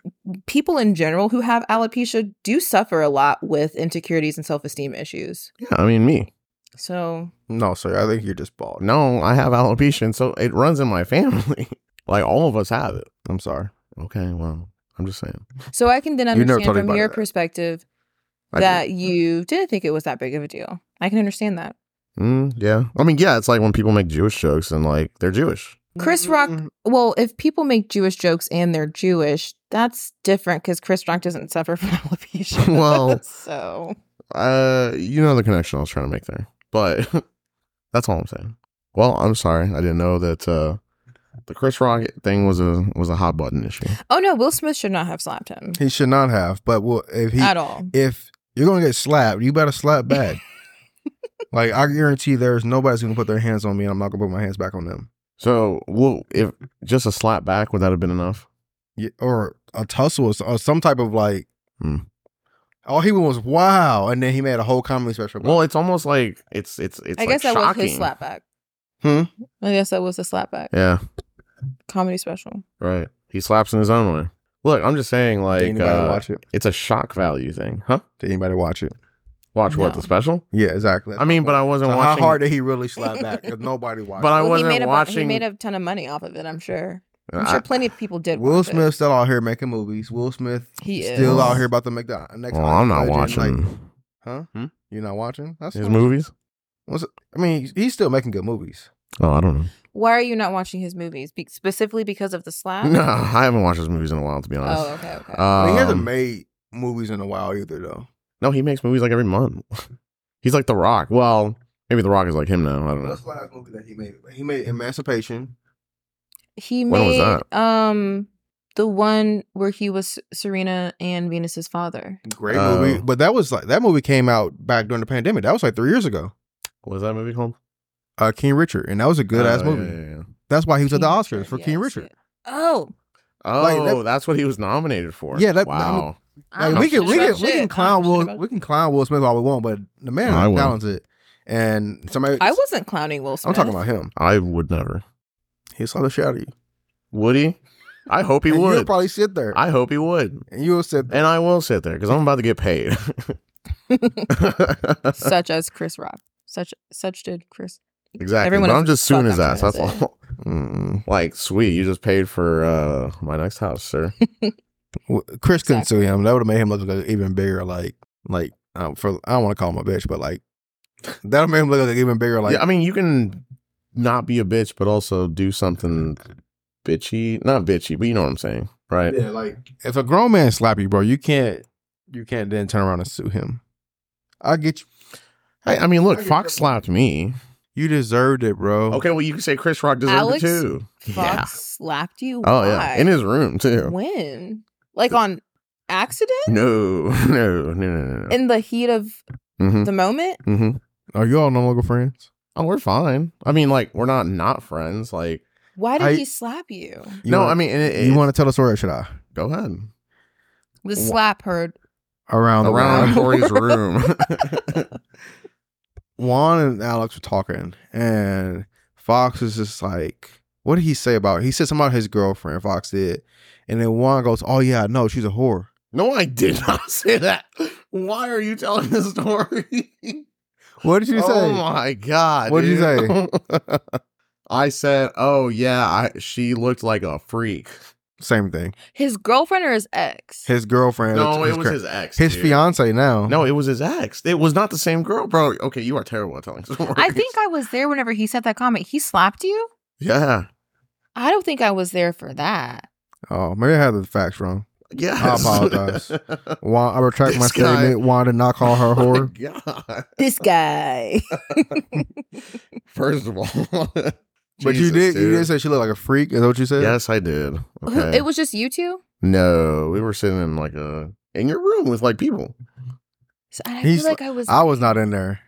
C: people in general who have alopecia do suffer a lot with insecurities and self esteem issues.
A: yeah. I mean, me.
C: So,
B: no, sir, I think you're just bald.
A: No, I have alopecia, and so it runs in my family. like all of us have it. I'm sorry. Okay, well, I'm just saying.
C: so I can then
B: You never
C: understand
B: told
C: from
B: anybody
C: your
B: that.
C: perspective
A: I
C: that you didn't think it was that big of a deal. I can understand that.
A: Mm, yeah. I mean, yeah. It's like when people make Jewish jokes and like they're Jewish.
C: Chris
A: Mm-hmm,
C: Rock- Well, if people make Jewish jokes and they're Jewish, that's different because Chris Rock doesn't suffer from alopecia.
A: Well-
C: so
A: Uh, you know the connection I was trying to make there, but that's all I'm saying. Well, I'm sorry, I didn't know that uh, the Chris Rock thing was a was a hot button issue.
C: oh no, Will Smith should not have slapped him
B: He should not have. But well, if he
C: at all.
B: if you're gonna get slapped, you better slap back. like I guarantee, there's nobody's gonna put their hands on me, and I'm not gonna put my hands back on them.
A: So, well, if just a slap back would that have been enough?
B: Yeah, or a tussle or, s- or some type of like.
A: Hmm.
B: All he went was wow, and then he made a whole comedy special. about
A: Well,
B: it.
A: it's almost like it's it's it's.
C: I guess
A: like
C: that
A: shocking.
C: was his slapback.
A: Hmm?
C: I guess that was a slapback
A: Yeah,
C: comedy special.
A: right. He slaps in his own way. Look, I'm just saying,
B: did
A: like,
B: anybody
A: uh,
B: watch it?
A: it's a shock value thing, huh?
B: Did anybody watch it?
A: Watch what
C: No.
A: the special?
B: Yeah, exactly.
A: I mean, but I wasn't
B: So how
A: watching.
B: hard did he really slap back? 'Cause nobody watched.
A: But I
C: Well,
A: wasn't
C: he made A, bu- he
A: watching.
C: made a ton of money off of it. I'm sure. I'm
A: I-
C: sure plenty of people did.
B: Will
C: watch it.
B: Smith's still out here making movies. Will Smith
C: He is
B: still out here about to make the uh, next.
A: well, I'm not
B: Iron Man, like,
A: watching
B: huh?
A: Hmm?
B: You're not watching? That's
A: his
B: fine.
A: movies.
B: What's- I mean, he's still making good movies.
A: Oh, I don't know.
C: Why are you not watching his movies? Be- specifically because of the slap?
A: No, I haven't watched his movies in a while, to be honest.
C: Oh, okay, okay.
B: I mean, he hasn't
A: Um,
B: made movies in a while either, though.
A: no, he makes movies like every month. He's like The Rock. Well, maybe The Rock is like him now. I don't know.
B: What's the last movie that he made? He made Emancipation.
C: he
A: when was
C: made
A: that?
C: um the one where he was Serena and Venus's father.
B: Great
A: Oh.
B: movie, but that was like that movie came out back during the pandemic. That was like three years ago.
A: What was that movie called?
B: Uh, King Richard, and that was a good ass
A: Oh, yeah,
B: movie.
A: yeah, yeah.
B: That's why he was at the
C: King
B: Oscars
C: Richard,
B: for King
C: yes,
B: Richard.
C: yeah. Oh,
A: Oh,
B: Like, that-
A: that's what he was nominated for.
B: Yeah, that-
A: wow.
C: I
B: Like, we
C: don't
B: can we
C: know
B: can
C: shit.
B: we
C: I
B: can
C: don't
B: clown
C: know shit
B: Will
C: about
B: we can clown Will Smith all we want, but the man
A: I
B: is
A: will.
B: talented. And somebody,
C: I wasn't clowning Will Smith.
B: I'm talking about him.
A: I would never.
B: He saw the shot of you.
A: Would he? I hope he
B: And You'll
A: would.
B: probably sit there,
A: I hope he would.
B: and you'll sit.
A: And I will sit there because I'm about to get paid.
C: such as Chris Rock. Such such did Chris.
A: exactly.
C: Everyone
A: but
C: is
A: I'm
C: a
A: just suing
C: fuck,
A: his
C: I'm
A: ass.
C: trying
A: That's
C: to say.
A: all. Mm, like, sweet. You just paid for uh, my next house, sir.
B: W- Chris couldn't
C: Exactly.
B: sue him. That would have made him look like an even bigger, like like um, for I don't want to call him a bitch, but like that would made him look like an even bigger, like
A: yeah, I mean, you can not be a bitch, but also do something bitchy. Not bitchy, but you know what I'm saying, right?
B: Yeah, like if a grown man slap you, bro, you can't you can't then turn around and sue him. I get you.
A: Hey, I mean, look,
B: I get
A: Fox
B: that.
A: slapped me.
B: You deserved it, bro.
A: Okay, well, you can say Chris Rock deserved
C: Alex
A: it too.
C: Fox
A: Yeah.
C: slapped you.
A: Oh yeah,
C: Why?
A: in his room too.
C: when? Like on accident?
A: No, no, no, no, no.
C: In the heat of
A: Mm-hmm,
C: the moment?
A: mm-hmm.
B: Are you all no longer friends?
A: Oh, we're fine. I mean, like, we're not not friends. Like,
C: Why did
B: I-
C: he slap you?
B: You
A: no,
B: wanna-
A: I mean, it, it,
B: you want to tell the story? Or should I?
A: go ahead
C: The
A: Wha-
C: slap heard.
B: Around the
A: around
B: round.
A: Corey's room.
B: Juan and Alex were talking, and Fox is just like, "What did he say about?" It? He said something about his girlfriend. Fox did, and then Juan goes, "Oh yeah, no, she's a whore."
A: no, I did not say that. Why are you telling this story?
B: What did you
A: Oh
B: say?
A: my god!
B: What'd you
A: say? I said, "Oh yeah, I, she looked like a freak."
B: Same thing.
C: His girlfriend or his ex?
B: His girlfriend.
A: No, it was
B: cur-
A: his ex.
B: his
A: dude.
B: fiance now.
A: No, it was his ex. It was not the same girl, bro. Okay, you are terrible at telling stories.
C: I think I was there whenever he said that comment. He slapped you?
A: yeah,
C: I don't think I was there for that.
B: Oh, maybe I had the facts wrong.
A: yeah.
B: I apologize. Juan, I retract my
A: This guy- Oh
B: statement. Juan did not call her whore.
A: God.
C: This guy.
A: First of all,
B: but you
A: Jesus,
B: did. You
A: dude.
B: did say she looked like a freak. Is that what you said?
A: Yes, I did. Okay.
C: It was just you two?
A: no, we were sitting in like a in your room with like people.
C: So I
B: He
C: feel like I was.
B: I was not in there.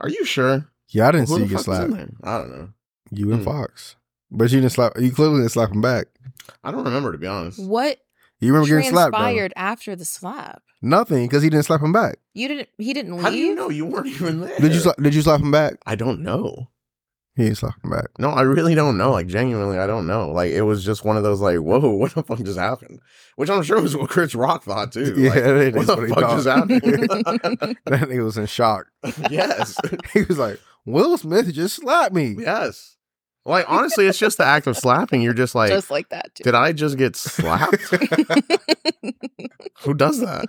A: Are you sure?
B: Yeah, I didn't
A: Who
B: see
A: the
B: you get
A: fuck was in
B: slapped.
A: there? I don't know.
B: You and
A: Mm.
B: Fox, but you didn't slap. You clearly didn't slap him back.
A: I don't remember to be honest.
C: what
B: You remember getting slapped? though?
C: transpired after the slap?
B: Nothing, because he didn't slap him back.
C: You didn't. He didn't leave.
A: How do you know you weren't even there?
B: Did you? Sla- did you slap him back?
A: I don't know.
B: He didn't slap him back.
A: No, I really don't know. Like genuinely, I don't know. Like it was just one of those like, whoa, what the fuck just happened? Which I'm sure was what Chris Rock thought too.
B: yeah,
A: Like,
B: that
A: what
B: is
A: the
B: what he
A: fuck
B: thought.
A: just happened?
B: that nigga was in shock.
A: yes,
B: He was like, "Will Smith just slapped me."
A: yes. Like honestly, it's just the act of slapping. You're just like,
C: just like that. Too.
A: did I just get slapped? Who does that?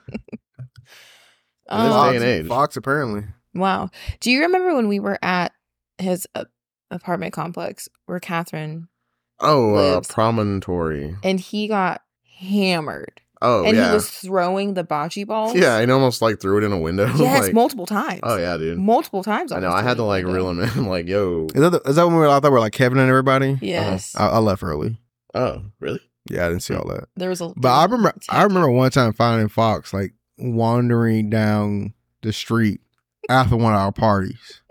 A: In this
C: Um,
A: day and age.
B: Fox apparently.
C: Wow. Do you remember when we were at his uh, apartment complex where Catherine
A: Oh, uh,
C: Lives.
A: promontory.
C: and he got hammered
A: Oh,
C: and
A: yeah,
C: he was throwing the bocce balls?
A: yeah. And almost like threw it in a window.
C: Yes,
A: like,
C: multiple times.
A: oh yeah, dude.
C: Multiple times.
A: I know. I
C: almost
A: had to
C: threw it
A: like
C: in the
A: reel
C: window.
A: him in. I'm like, yo.
B: Is that, the, is that when we were, I thought we were like Kevin and
A: Uh-huh.
B: everybody?
C: Yes.
B: I, I left early.
A: Oh, really?
B: Yeah, I didn't see all that.
C: there was a.
B: But I remember, I remember one time finding Fox like wandering down the street after one of our parties.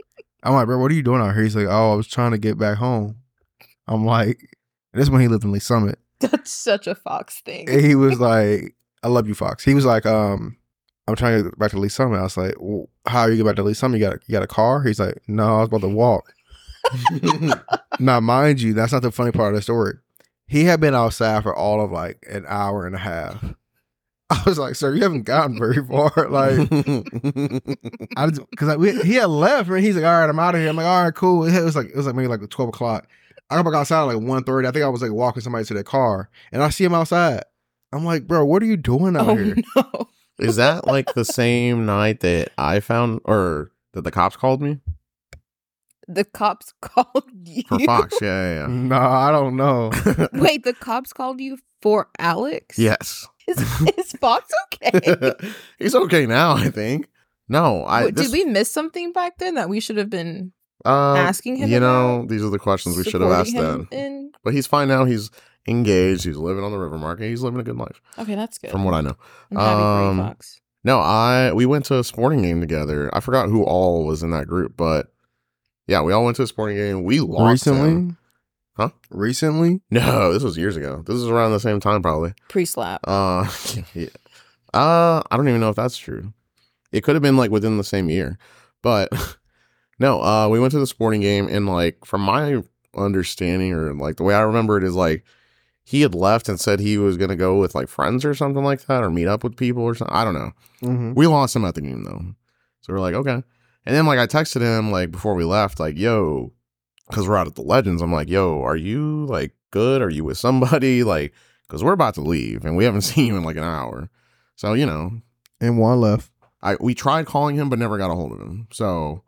B: I'm like, bro, what are you doing out here? He's like, oh, I was trying to get back home. I'm like, this is when he lived in Lee Summit.
C: That's such a Fox thing.
B: And he was like, I love you, Fox. He was like, um, I'm trying to get back to Lee Summit. I was like, well, how are you get back to Lee Summit? You got a, you got a car? He's like, no, I was about to walk. Now, mind you, that's not the funny part of the story. He had been outside for all of like an hour and a half. I was like, sir, you haven't gotten very far. like, I just because like, we- he had left, and he's like, all right, I'm out of here. I'm like, all right, cool. It was like it was like maybe like twelve o'clock. I got back outside at like one thirty. I think I was like walking somebody to their car, and I see him outside. I'm like, bro, what are you doing out
C: oh
B: here?
C: no.
A: Is that like the same night that I found or that the cops called me?
C: the cops called you.
A: For Fox, yeah, yeah,
B: No, I don't know.
A: yeah.
C: Wait, the cops called you for Alex?
A: yes.
C: Is, is Fox okay?
A: He's okay now, I think. No, I
C: What,
A: this,
C: Did we miss something back then that we should have been
A: uh,
C: asking him?
A: You know,
C: about?
A: these are the questions we should have asked
C: Supporting
A: then.
C: him in-
A: But he's fine now. He's engaged. He's living on the river market. He's living a good life,
C: Okay, that's good.
A: from what I know.
C: I'm happy for
A: um,
C: you, Fox.
A: No, I we went to a sporting game together. I forgot who all was in that group, but yeah, we all went to a sporting game. We lost
B: Recently?
A: him. Huh?
B: Recently?
A: No, this was years ago. This was around the same time, probably.
C: Pre-slap.
A: Uh, yeah. uh, I don't even know if that's true. It could have been like within the same year, but no. Uh, we went to the sporting game, and like from my understanding or like the way I remember it is like he had left and said he was gonna go with like friends or something like that, or meet up with people or something. I don't know.
B: Mm-hmm.
A: We lost him at the game though, so we're like okay. And then like I texted him like before we left, like yo, because we're out at the Legends. I'm like yo, are you like good? Are you with somebody like? because we're about to leave and we haven't seen you in like an hour. So you know,
B: And one left.
A: I we tried calling him but never got a hold of him. So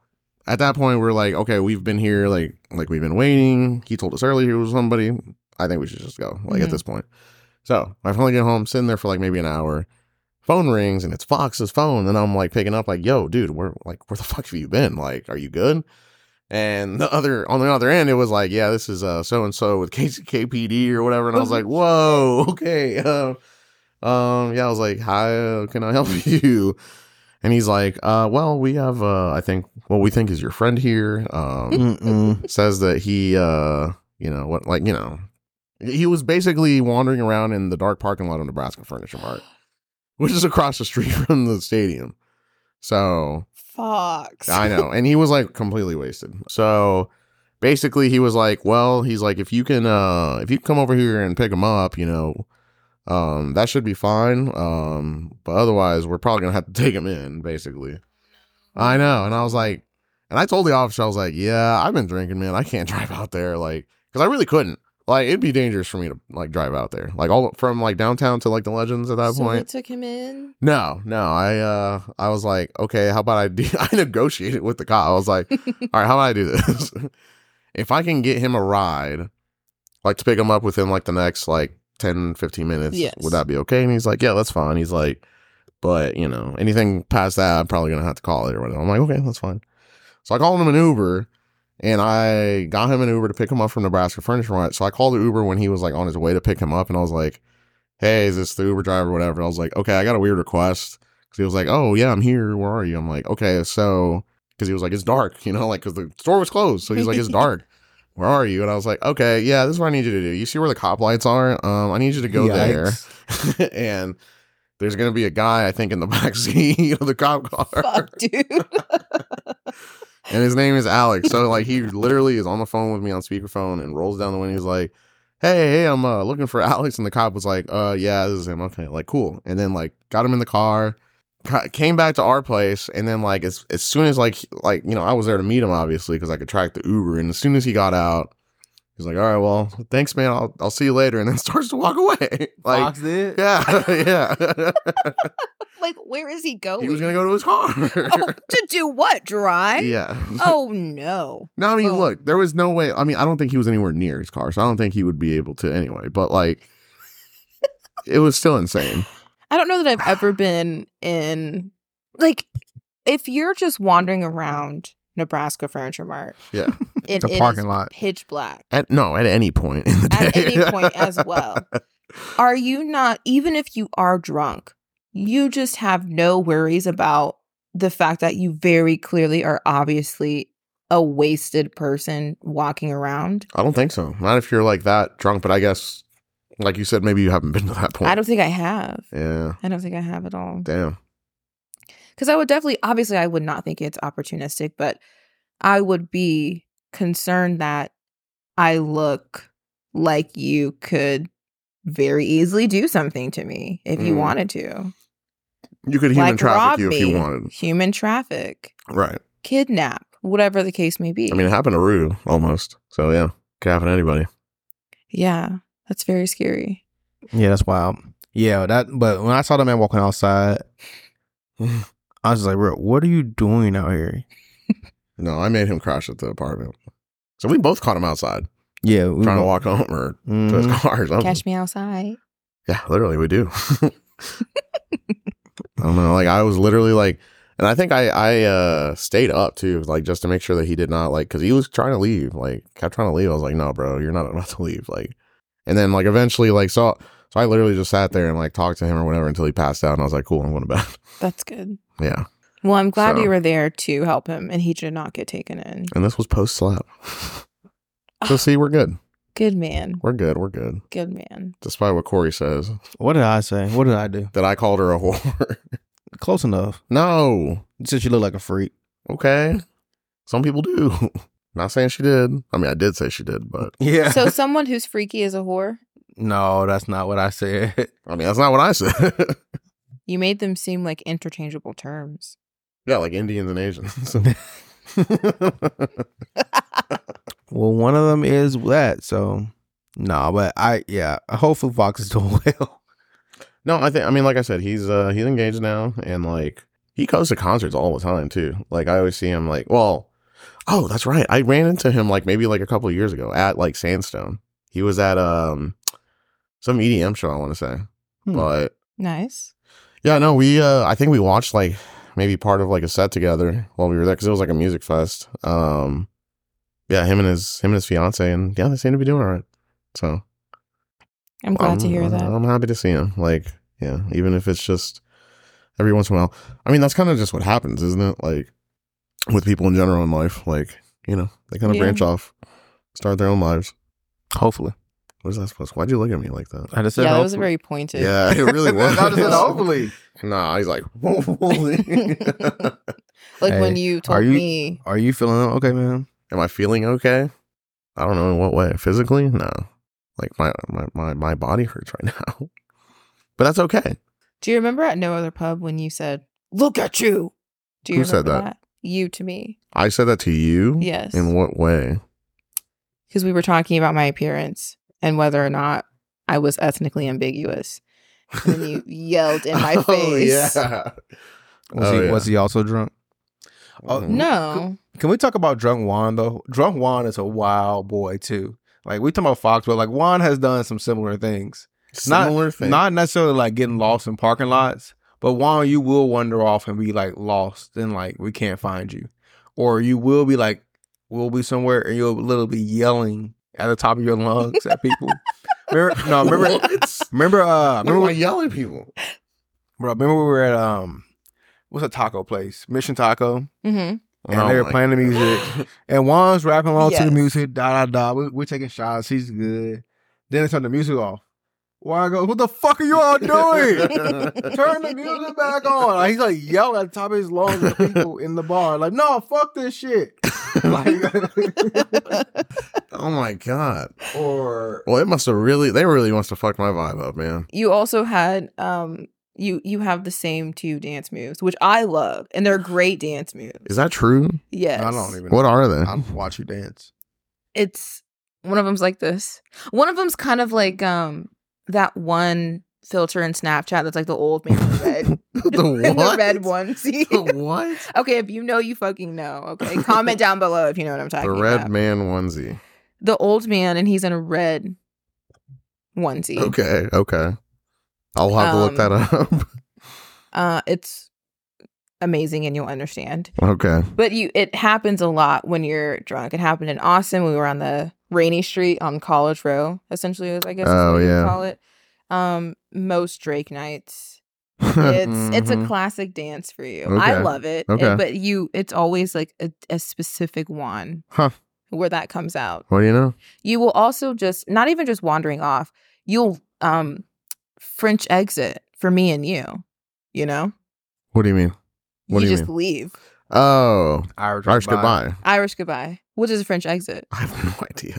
A: at that point, we're like, okay, we've been here, like like we've been waiting. He told us earlier he was somebody. I think we should just go. Like at
C: Mhm.
A: this point. So I finally get home, sitting there for like maybe an hour. Phone rings and it's Fox's phone, and I'm like picking up, like, "Yo, dude, where like where the fuck have you been? Like, are you good?" And the other on the other end, it was like, "Yeah, this is uh so and so with KPD or whatever," and I was like, "Whoa, okay." Um, um, yeah, I was like, "Hi, uh, can I help you?" And he's like, uh, well, we have, uh, I think, what we think is your friend here. Um,
B: Mm-mm.
A: says that he, uh, you know, what, like, you know, he was basically wandering around in the dark parking lot of Nebraska Furniture Mart, which is across the street from the stadium. So
C: Fox.
A: I know. And he was like completely wasted. So basically he was like, well, he's like, if you can, uh, if you can come over here and pick him up, you know, um, that should be fine. Um, but otherwise we're probably gonna have to take him in basically. I know. And I was like, and I told the officer, I was like, yeah, I've been drinking, man. I can't drive out there. Like, cause I really couldn't. Like, it'd be dangerous for me to like drive out there. Like all from like downtown to like the legends at that
C: so
A: point.
C: they took him in.
A: No, no. I uh I was like, okay, how about I do I negotiated with the cop. I was like, all right, how about I do this? if I can get him a ride, like to pick him up within like the next like 10, 15 minutes,
C: Yes.
A: would that be okay? And he's like, Yeah, that's fine. He's like, but you know, anything past that, I'm probably gonna have to call it or whatever. I'm like, okay, that's fine. So I called him an Uber and I got him an Uber to pick him up from Nebraska Furniture Mart. So I called the Uber when he was like on his way to pick him up, and I was like, "Hey, is this the Uber driver, or whatever?" I was like, "Okay, I got a weird request." Because he was like, "Oh yeah, I'm here. Where are you?" I'm like, "Okay, so," because he was like, "It's dark," you know, like because the store was closed. So he's like, "It's dark." Where are you? And I was like, okay, yeah, this is what I need you to do. You see where the cop lights are? Um, I need you to go there.
B: Yikes.
A: and there's gonna be a guy, I think, in the back seat of the cop car.
C: Fuck, dude.
A: and his name is Alex. So like he literally is on the phone with me on speakerphone and rolls down the window. He's like, "Hey, hey, I'm uh, looking for Alex." And the cop was like, "Uh, yeah, this is him. Okay, like cool." And then like got him in the car, ca- came back to our place, and then like as as soon as like he- like you know I was there to meet him obviously because I could track the Uber, and as soon as he got out. He's like, all right, well, thanks, man. I'll, I'll see you later. And then starts to walk away. Like,
B: Fox did?
A: yeah, yeah.
C: like, where is he going? Oh,
A: he was going to go to his car.
C: to do what? Drive?
A: yeah.
C: Oh no.
A: No, I mean,
C: Oh.
A: look, there was no way. I mean, I don't think he was anywhere near his car, so I don't think he would be able to anyway. But like, it was still insane.
C: I don't know that I've ever been in like if you're just wandering around Nebraska Furniture Mart.
A: Yeah.
C: It,
B: The
C: it is
B: parking lot.
C: pitch black
A: At no, at any point in the
C: at
A: day.
C: any point as well. Are you not even if you are drunk, you just have no worries about the fact that you very clearly are obviously a wasted person walking around.
A: I don't think so. Not if you're like that drunk. But I guess, like you said, maybe you haven't been to that point.
C: I don't think I have.
A: yeah.
C: I don't think I have at all.
A: Damn.
C: because I would definitely, obviously, I would not think it's opportunistic, but I would be concerned that I look like you could very easily do something to me if you
A: Mm.
C: wanted to,
A: You could human
C: like rob
A: traffic you
C: me,
A: if you wanted.
C: human traffic,
A: Right.
C: kidnap, whatever the case may be.
A: I mean, it happened to Rue almost. So yeah, could happen to anybody.
C: yeah, that's very scary.
B: Yeah, that's wild. Yeah, that. But when I saw the man walking outside, I was just like, "Bro, what are you doing out here?"
A: No, I made him crash at the apartment. So we both caught him outside
B: Yeah, we
A: trying to
B: go-
A: walk home or to his
C: Mm-hmm.
B: Mhm.
A: car or something.
C: Catch me outside.
A: Yeah, literally, we do. I don't know. Like, I was literally like, and I think I I uh, stayed up too, like just to make sure that he did not like, because he was trying to leave, like kept trying to leave. I was like, no, bro, you're not about to leave, like. And then like eventually like so so I literally just sat there and like talked to him or whatever until he passed out, and I was like, cool, I'm going to bed.
C: That's good.
A: yeah,
C: Well, I'm glad
A: So-
C: you were there to help him, and he did not get taken in.
A: and this was post slap. so see, we're good.
C: Good man.
A: We're good. We're good.
C: Good man.
A: Despite what Corey says,
B: What did I say? What did I do?
A: that I called her a whore.
B: Close enough.
A: no.
B: You said you look like a freak.
A: Okay. Some people do. Not saying she did. I mean, I did say she did, but
B: Yeah.
C: So, someone who's freaky is a whore.
B: no, that's not what I said.
A: I mean, that's not what I said.
C: You made them seem like interchangeable terms.
A: yeah, like Indians and Asians.
B: Well, one of them is that. So, no, but I, yeah, hopefully Fox is doing well.
A: no, I think I mean, like I said, he's uh he's engaged now and like he goes to concerts all the time too. Like I always see him like, well, oh, that's right. I ran into him like maybe like a couple of years ago at like Sandstone. He was at um some EDM show, I want to say.
B: Hmm.
A: But
C: Nice.
A: Yeah, no, we uh I think we watched like maybe part of like a set together while we were there cuz it was like a music fest. Um yeah, him and his him and his fiance and yeah, they seem to be doing all right. So,
C: I'm glad to hear
A: I'm-
C: that.
A: I'm happy to see him. Like, yeah, even if it's just every once in a while. I mean, that's kind of just what happens, isn't it? Like with people in general in life, like, you know, they kind of
C: Yeah.
A: branch off, start their own lives.
B: Hopefully.
A: What is that supposed? Why'd you look at me like that?
B: I just
C: yeah,
B: said
C: that was
B: hopefully.
C: very pointed.
A: Yeah, it really was.
B: I just said hopefully.
A: Nah, he's like, "Whoa."
C: Like when
B: Hey,
C: you
B: are
C: told
B: you-
C: me.
B: Are you feeling okay, man?
A: Am I feeling okay? I don't know in what way. Physically? No. Like my my my, my body hurts right now. But that's okay.
C: Do you remember at no other pub when you said, "Look at you"? Do you
A: Who said
C: remember
A: that?
C: You to me,
A: I said that to you.
C: yes,
A: In what way?
C: because we were talking about my appearance and whether or not I was ethnically ambiguous, and then you yelled in my
A: Oh,
C: face.
A: yeah.
B: Was,
A: Oh,
B: he,
A: yeah.
B: was he also drunk? Oh,
A: Mhm.
C: No,
B: Can we talk about Drunk Juan though? Drunk Juan is a wild boy too. Like we talking about Fox, but like Juan has done some similar things.
A: Similar thing.
B: Not necessarily like getting lost in parking lots, but Juan, you will wander off and be like lost and like we can't find you, or you will be like we'll be somewhere and you'll literally be yelling at the top of your lungs at people. Remember, no, remember,
A: What?
B: remember, uh,
A: Remember
B: remember,
A: when I yell at people?
B: bro, remember we were at um, what's a taco place? Mission Taco.
C: hmm
B: And they were
A: my
B: playing the music. And Juan's rapping along to the
C: Yes.
B: music, da da da. We, we're taking shots. He's good. Then they turn the music off. Juan goes, "What the fuck are you all doing? turn the music back on!" Like, he's like yelling at the top of his lungs at people in the bar, like, "No, fuck this shit!" Like,
A: oh my god.
B: or
A: Well, it must have really they really must have fucked my vibe up, man.
C: you also had um. You you have the same two dance moves, which I love, and they're great dance moves.
A: Is that true?
C: Yes,
B: I don't even.
A: What are they?
B: I don't watch you dance.
C: it's one of them's like this. One of them's kind of like um that one filter in Snapchat that's like the old man in red,
A: the
C: in the
A: what?
C: red onesie.
A: The what?
C: okay, if you know, you fucking know. Okay, comment down below if you know what I'm talking
A: The red
C: about.
A: man onesie.
C: the old man, and he's in a red onesie.
A: Okay, okay. I'll have to look
C: Um,
A: that up.
C: uh, it's amazing, and you'll understand.
A: okay.
C: But you, it happens a lot when you're drunk. It happened in Austin. We were on the rainy street on College Row, essentially. is- I guess. is
A: Oh,
C: what you
A: yeah.
C: Call it. Um, most Drake nights. It's it's a
B: Mhm.
C: classic dance for you.
A: Mm-hmm. Okay.
C: I love it.
A: Okay.
C: And- but you, it's always like a, a specific one
A: Huh.
C: where that comes out.
A: What do you know?
C: You will also just not even just wandering off. You'll um French exit for me and you. You know,
A: What do you mean? What
C: you
A: do you
C: just leave.
A: Oh,
B: Irish,
A: Irish goodbye.
C: Irish goodbye, which is a French exit.
A: I have no idea.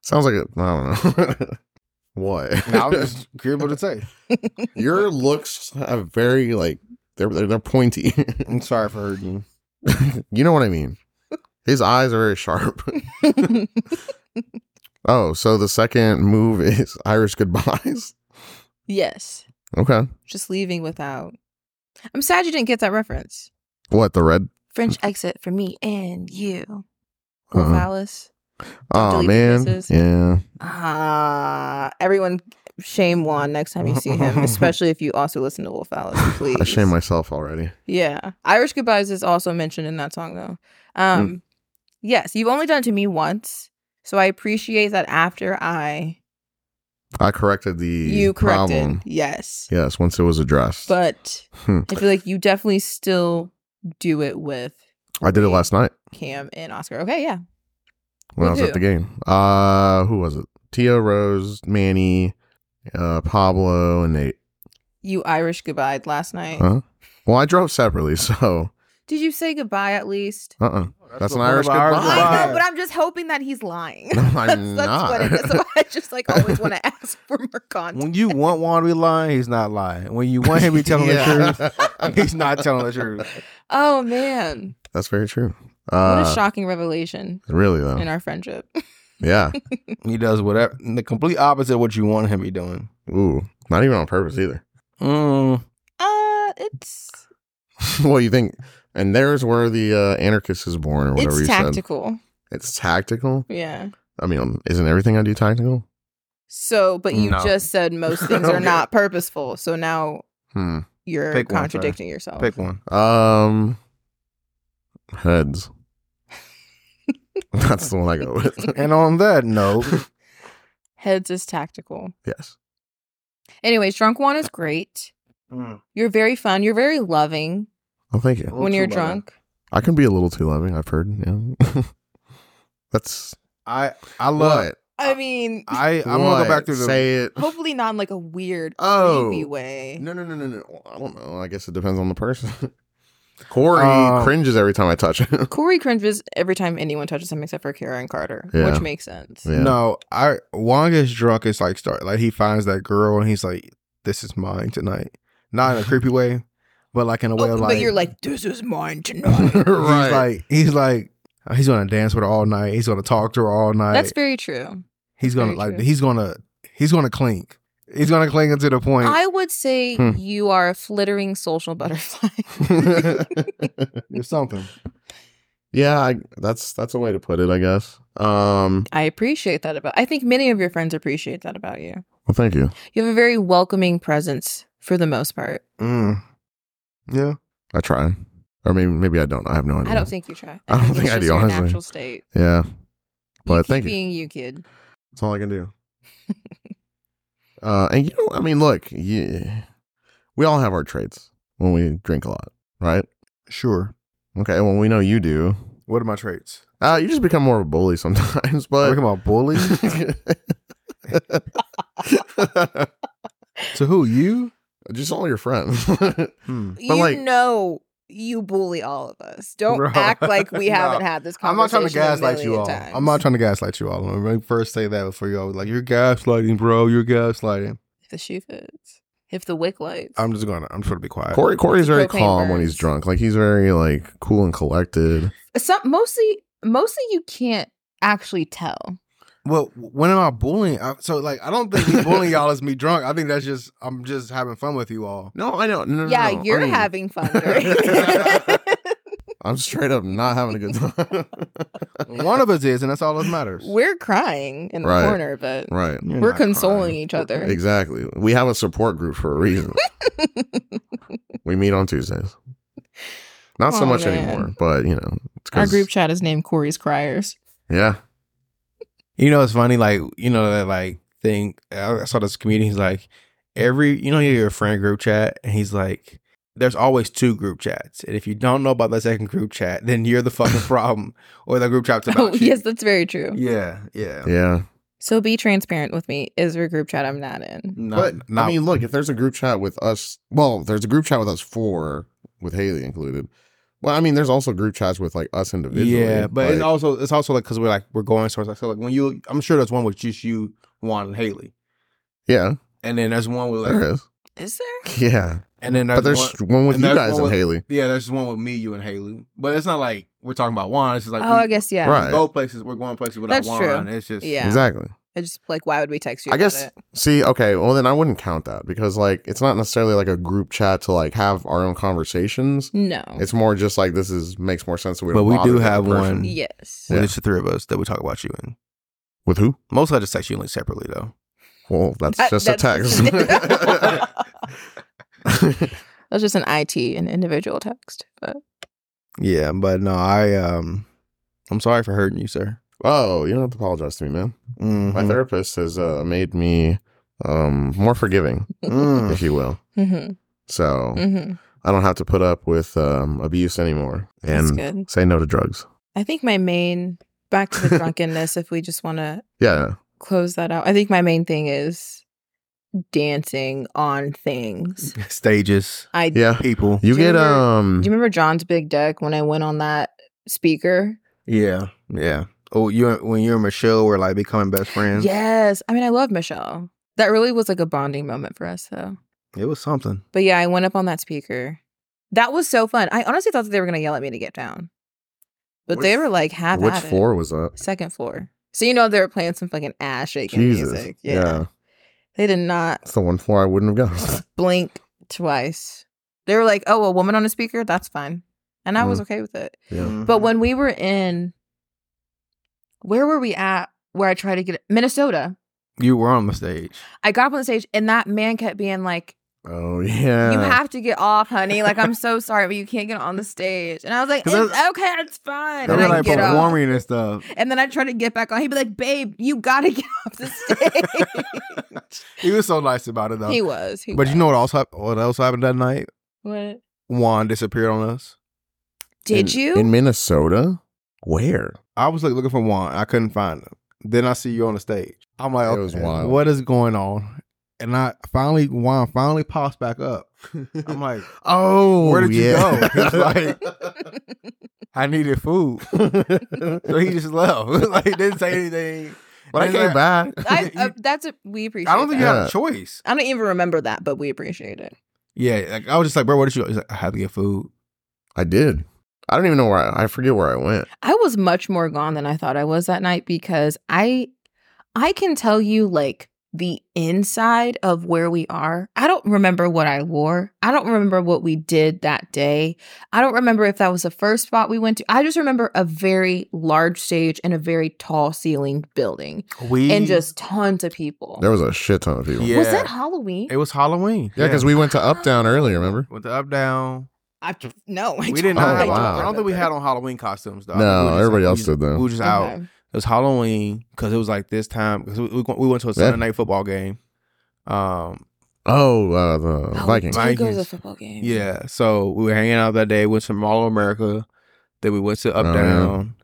A: Sounds like a, I don't know. what?
B: Now I'm just curious what to say.
A: Your looks have very like they're they're, they're pointy.
B: I'm sorry for hurting you.
A: you know what I mean. His eyes are very sharp. Oh, so the second move is Irish goodbyes.
C: yes,
A: Okay.
C: just leaving without. I'm sad you didn't get that reference.
A: What the red
C: French exit for me and you.
A: Uh-uh.
C: Wolf Alice.
A: Oh
C: Delete the
A: man,
C: kisses.
A: yeah.
C: Ah, everyone shame Juan next time you see him, especially if you also listen to Wolf Alice, please.
A: I shame myself already.
C: Yeah. Irish Goodbyes is also mentioned in that song though.
A: Hmm.
C: Um yes, you've only done it to me once. So I appreciate that after I
A: I corrected the
C: you corrected.
A: problem.
C: Yes.
A: Yes, once it was addressed.
C: But
A: Hmm.
C: I feel like you definitely still do it with
A: I did it last night
C: Cam and Oscar. Okay, yeah.
A: when I
C: With
A: was
C: who?
A: at the game. Uh, who was it? Tia Rose, Manny, uh, Pablo, and Nate.
C: You Irish goodbye last night.
A: Huh? Well, I drove separately, so
C: Did you say goodbye at least?
A: uh, uh That's an
B: the fun
A: Irish
B: of
A: goodbye.
C: I
A: Goodbye.
C: know, but I'm just hoping that he's lying.
A: No, I'm
C: that's, that's what it is.
A: not.
C: So I just like always want to ask for more content.
B: When you want Juan to be lying, he's not lying. When you want him to be telling the truth, he's not telling the truth.
C: Oh man,
A: That's very true.
C: what
A: Uh,
C: a shocking revelation
A: really though.
C: in our friendship.
A: yeah.
B: He does whatever the complete opposite of what you want him to be doing.
A: Ooh, not even on purpose either.
B: Mm,
C: Uh, it's
A: well, you think, and there's where the uh, anarchist is born, or whatever
C: it's
A: you
C: tactical.
A: said. It's tactical.
C: Yeah.
A: I mean, um, isn't everything I do tactical?
C: So, but you
B: No.
C: just said most things are
B: Okay.
C: not purposeful. So now
A: Hmm.
C: you're
B: Pick one,
C: contradicting yourself.
B: pick one.
A: Um, heads. That's the one I go with.
B: And on that note,
C: Heads is tactical.
A: yes.
C: Anyways, drunk one is great. You're very fun. You're very loving
A: Oh, thank you.
B: Well,
C: when you're
B: too loving.
C: drunk.
A: I can be a little too loving. I've heard. Yeah. That's
B: I I love
A: What?
C: I mean,
A: Uh,
B: I I'm gonna
A: What?
B: go back to the
A: say it.
C: hopefully not in like a weird
A: uh, Oh.
C: creepy way.
A: No, no, no, no, no. I don't know. I guess it depends on the person. Corey
B: Uh,
A: cringes every time I touch him.
C: Corey cringes every time anyone touches him except for Kara and Carter,
A: Yeah.
C: which makes sense.
A: Yeah.
B: No, I Wong gets drunk. It's like start like he finds that girl and he's like, "This is mine tonight." Not in a creepy way, but like in a way
C: Oh,
B: of like,
C: but you're like, this is mine tonight.
B: he's like he's like he's gonna dance with her all night. He's gonna talk to her all night.
C: That's very true.
B: he's gonna
C: very
B: like
C: true.
B: he's gonna he's gonna cling. He's gonna cling until the point.
C: I would say
A: Hmm.
C: you are a flittering social butterfly.
B: There's something.
A: yeah, I, that's that's a way to put it, I guess. Um,
C: I appreciate that about. I think many of your friends appreciate that about you.
A: well, thank you.
C: You have a very welcoming presence for the most part.
B: Mm. Yeah.
A: I try, or maybe maybe I don't. I have no idea.
C: I don't think you try.
A: I don't think
C: it's
A: I
C: just
A: do,
C: Your
A: honestly.
C: natural state.
A: Yeah, but
C: you keep
A: thank you.
C: being you, kid.
A: That's all I can do. uh, and you know, I mean, look, yeah, we all have our traits when we drink a lot, right?
B: Sure.
A: Okay, well, we know you do.
B: What are my traits?
A: Uh, you just become more of a bully sometimes,
B: But,
A: but
B: Talking about bully to who you?
A: just all your friends.
B: Hmm.
C: you
A: like-
C: know you bully all of us. Don't
B: Bro.
C: act like we
B: No.
C: haven't had this
B: I'm
C: conversation.
B: not trying to gaslight you all. I'm not
C: trying.
B: trying to gaslight you all. Let me first say that before you all like you're gaslighting, bro. You're gaslighting.
C: If the shoe fits, if the wick lights,
B: I'm just gonna. I'm just gonna be quiet.
A: Corey Corey's very
C: Propane
A: calm when
C: burns.
A: he's drunk. Like he's very like cool and collected.
C: some mostly mostly you can't actually tell.
B: Well, when am I bullying? I, so like, I don't think me bullying y'all is me drunk. I think that's just I'm just having fun with you all.
A: No, I don't. No, no,
C: yeah,
A: no. I
C: you're
A: mean,
C: having fun. During-
A: I'm straight up not having a good time.
B: One of us is, and that's all that matters.
C: We're crying in the
A: Right.
C: corner, but
A: right.
B: You're
C: we're
B: not crying.
C: consoling each other.
A: Exactly. We have a support group for a reason. we meet on Tuesdays. Not so
C: Aw,
A: much
C: man.
A: anymore, but you know, it's 'cause-
C: Our group chat is named Corey's Criers.
A: Yeah.
B: You know, it's funny. Like you know that like thing. I I saw this comedian. He's like, every you know you have your friend group chat, and he's like, there's always two group chats, and if you don't know about that second group chat, then you're the fucking problem, or the group chat's about
C: Oh,
B: you.
C: yes, that's very true.
B: Yeah, yeah.
A: Yeah.
C: So be transparent with me. Is there a group chat I'm not in?
B: Not,
A: but
B: not,
A: I mean, look, if there's a group chat with us, well, there's a group chat with us four with Haley included. Well, I mean, there's also group chats with like us individually.
B: yeah, but it's
A: like-
B: also it's also like because we're like we're going towards like so like when you I'm sure there's one with just you, Juan and Haley,
A: yeah,
B: and then there's one with like
A: there is.
C: Is there?
A: Yeah.
B: and then there's,
A: But there's
B: one,
A: one, with
B: and
A: you
B: there's
A: guys
B: one
A: and
B: with-
A: Haley.
B: yeah there's one with me, you and Haley, but it's not like we're talking about Juan. It's just like
C: oh, I guess yeah.
A: Right.
B: we go places, we're going places without
C: That's
B: Juan.
C: true.
B: It's just
C: Yeah.
A: Exactly.
C: I just like why would we text you?
A: I
C: about
A: guess-
C: it?
A: See, okay, well then I wouldn't count that because like it's not necessarily like a group chat to like have our own conversations.
C: no.
A: It's more just like this is makes more sense. That we
B: But
A: don't
B: we
A: bother
B: do
A: the other
B: have
A: person.
B: one.
C: yes.
B: Well,
A: Yeah.
B: There's the three of us that we talk about you in.
A: with who?
B: Mostly I just text you like separately though.
A: Well, that's
B: Uh,
C: That-
A: just
C: Uh, that's-
A: a text.
C: That's just an IT, an individual text. But
B: Yeah, but no, I um, I'm sorry for hurting you, sir.
A: oh, you don't have to apologize to me, man.
B: Mhm.
C: Mm-hmm.
A: My therapist has uh, made me um more forgiving,
B: Mm.
A: if you will.
C: Mhm,
A: So
C: mhm.
A: I don't have to put up with um abuse anymore
C: that's
A: and
C: good.
A: say no to drugs.
C: I think my main back to the drunkenness. if we just want to
A: Yeah.
C: close that out, I think my main thing is dancing on things.
B: Stages,
C: I
A: Yeah. You
B: people.
C: Do you
A: get
C: remember-
A: um
C: do you remember John's big deck when I went on that speaker?
B: Yeah, yeah. Oh, you when you and Michelle were like becoming best friends.
C: Yes. I mean, I love Michelle. That really was like a bonding moment for us, though.
B: it was something.
C: But yeah, I went up on that speaker. That was so fun. I honestly thought that they were going to yell at me to get down, but they
A: Which-
C: were like half
A: which
C: at it.
A: floor was that?
C: Second floor. So you know they were playing some fucking ass shaking
A: Jesus.
C: music. Yeah.
A: Yeah.
C: They did not
A: That's the one floor I wouldn't have gone.
C: blink twice. They were like, "Oh, a woman on a speaker, that's fine," and
A: Mm.
C: I was okay with it.
A: yeah.
B: Mm-hmm.
C: But when we were in, where were we at? Where I tried to get Minnesota,
B: you were on the stage,
C: I got up on the stage, and that man kept being like,
A: Oh yeah.
C: You have to get off, honey. Like, I'm so sorry, but you can't get on the stage. And I was like,
B: 'Cause
C: it's,
B: that's-
C: okay, it's fine.
B: they
C: And
B: were
C: I
B: like
C: get off.
B: performing and stuff.
C: And then I try to get back on. He'd be like, babe, you got to get off the stage.
B: he was so nice about it though.
C: he was. He
B: but
C: was.
B: you know what else? hap- What else happened that night?
C: what?
B: Juan disappeared on us.
C: Did
A: In-
C: you?
A: in Minnesota? Where?
B: I was like looking for Juan. I couldn't find him. Then I see you on the stage. I'm like,
A: It was
B: okay,
A: wild.
B: what is going on? And I finally, Juan finally pops back up. I'm like,
A: Oh,
B: Where did you
A: yeah.
B: go? It's I needed food. So he just left. like, didn't say anything.
A: but I
B: And
A: came
B: I-
A: back.
C: I, uh, that's a, we appreciate
B: I don't think you
C: that.
B: had
A: Yeah.
B: a choice.
C: I don't even remember that, but we appreciate it.
B: Yeah, like I was just like, bro, what did you? He's like, I had to get food.
A: I did. I don't even know where I, I forget where I went.
C: I was much more gone than I thought I was that night because I I can tell you like the inside of where we are. I don't remember what I wore. I don't remember what we did that day. I don't remember if that was the first spot we went to. I just remember a very large stage and a very tall ceilinged building
B: We
C: and just tons of people.
A: There was a shit ton of people. Yeah,
B: Mm. Yeah.
C: Was that Halloween?
B: it was Halloween.
A: because we went to Up Down earlier. Remember?
B: with the up down.
C: I, no, I
B: we did
C: don't
B: not.
A: Oh,
B: have,
C: think I
A: wow.
B: I don't think we
C: remember.
B: had on Halloween costumes though. I
A: No,
B: think we were just,
A: everybody
B: we
A: else
B: just-
A: did, though.
B: We were just out.
C: Okay.
B: It was Halloween because it was like this time because we, we go- we went to a Sunday
A: Yeah.
B: night football game. Um,
A: Oh, uh, the
C: Oh,
A: Vikings.
C: Did go to the
B: Vikings.
C: football game.
B: yeah. So we were hanging out that day. Went to Mall of America. Then we went to up
A: Oh, yeah.
B: down,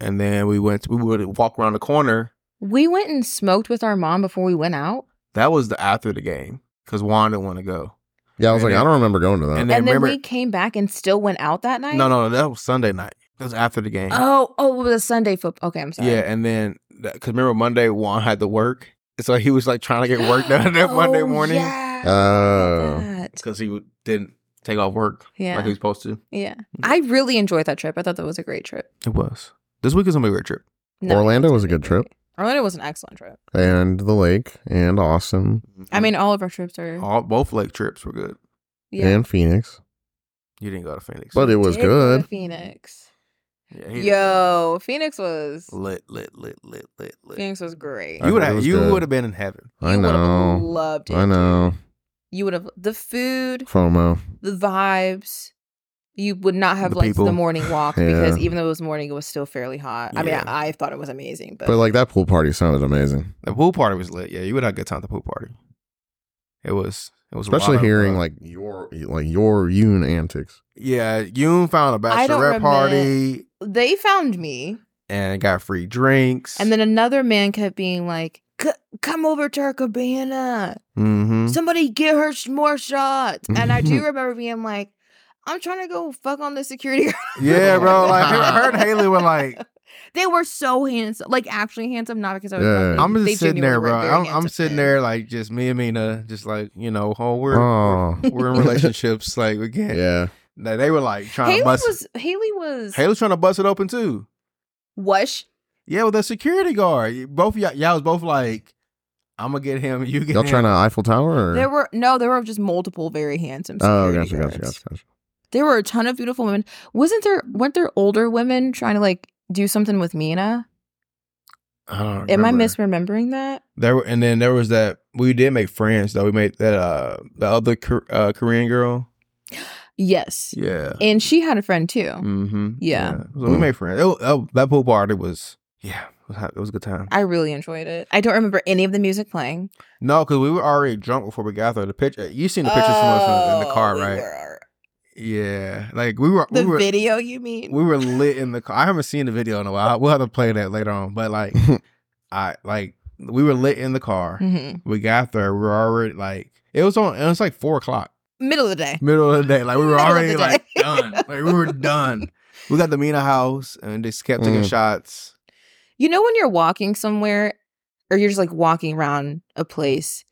B: and then we went. we would walk around the corner.
C: We went and smoked with our mom before we went out.
B: That was the after the game because Juan didn't want to go.
A: Yeah, I was
B: And
A: like, I
B: then-
A: don't remember going to that.
B: and
C: And then
B: remember-
C: we came back and still went out that night.
B: No, no, no, that was Sunday night. That was after the game.
C: Oh, oh, it was a Sunday football. Okay, I'm sorry.
B: yeah, and then because remember Monday Juan had to work, so he was like trying to get work done that Monday
C: Oh,
B: morning
C: Yeah.
A: Oh.
C: That.
B: because he didn't take off work
C: Yeah.
B: like he was supposed to.
C: yeah. I really enjoyed that trip. I thought that was a great trip.
B: It was this week is gonna be a great trip.
C: No,
A: Orlando
C: it
A: was a good
C: wasn't
A: trip,
C: Orlando was an excellent trip.
A: and the lake, and Austin,
C: I mean, all of our trips are.
B: Mm. all both lake trips were good.
C: yeah.
A: and Phoenix.
B: You didn't go to Phoenix,
A: But it was
C: Did go to
A: good.
C: Phoenix.
B: yeah, he-
C: Yo, Phoenix was
B: lit, lit, lit, lit, lit, lit.
C: Phoenix was great.
A: I
B: You would
A: heard it
B: have,
A: was
B: you
A: good.
B: would have been in heaven.
A: I
C: You would've
A: know.
C: Loved it.
A: I know.
C: You would have the food.
A: FOMO.
C: the vibes. You would not have
B: The
C: liked
B: people.
C: the morning walk
A: Yeah.
C: because even though it was morning, it was still fairly hot. I mean,
B: Yeah.
C: I, I thought it was amazing, but,
A: But like that pool party sounded amazing,
B: The pool party was lit. Yeah, you would have a good time at the pool party. It was, it was
A: especially
B: wild,
A: hearing
B: bro.
A: like your like your Yoon antics.
B: Yeah, Yoon found a
C: I don't
B: bachelorette
C: remember
B: party
C: they found me.
B: and got free drinks.
C: And then another man kept being like, "C- "Come over to our cabana.
B: mm-hmm.
C: Somebody get her sh- more shots." And I do remember being like, "I'm trying to go fuck on the security." guard."
B: yeah, bro. Like her, her and Haley were like,
C: They were so handsome, like actually handsome, not because I was.
A: Yeah.
C: fucking-
B: I'm
C: they
B: just sitting there,
C: genuinely
B: bro.
C: were very
B: I'm, I'm
C: handsome
B: sitting
C: men.
B: there like just me and Mina, just like you know, oh, we're
A: Oh,
B: we're, we're in relationships. like we can't.
A: yeah.
B: Like, they were like trying
C: Haley
B: to bust.
C: was Haley was
B: Haley was trying to bust it open too.
C: was she,
B: Yeah, with a security guard. Both y'all, y'all was both like, "I'm gonna get him. You get
A: Y'all
B: him."
A: trying to Eiffel Tower? Or?
C: There were no, there were just multiple very handsome.
A: oh,
C: security
A: gotcha, gotcha,
C: guards.
A: gotcha, gotcha.
C: There were a ton of beautiful women. Wasn't there? Weren't there older women trying to like do something with Mina?
B: I don't
C: Am I
B: remember.
C: misremembering that?
B: There were- and then there was that we did make friends though. We made that uh the other Kor- uh, Korean girl.
C: Yes.
B: Yeah.
C: And she had a friend too.
B: Mm-hmm.
C: Yeah.
B: So we
A: Mm.
B: made friends. It wa- that- that pool party was yeah. It was, hot- it was a good time.
C: I really enjoyed it. I don't remember any of the music playing.
B: No, because we were already drunk before we got there. The picture you seen the pictures from us in, in the car,
C: Oh, we
B: right?
C: were.
B: Yeah, like we were
C: The
B: we were
C: video, you mean?
B: we were lit in the car. I haven't seen the video in a while. We'll have to play that later on. But like I like we were lit in the car.
C: Mhm.
B: We got there. We were already like it was on. It was like four o'clock,
C: Middle of the day.
B: middle of the day. Like we were
C: Middle of the
B: already
C: day.
B: like done. Like we were done. We got the Mina house and they just kept taking
A: Mm.
B: shots.
C: You know when you're walking somewhere or you're just like walking around a place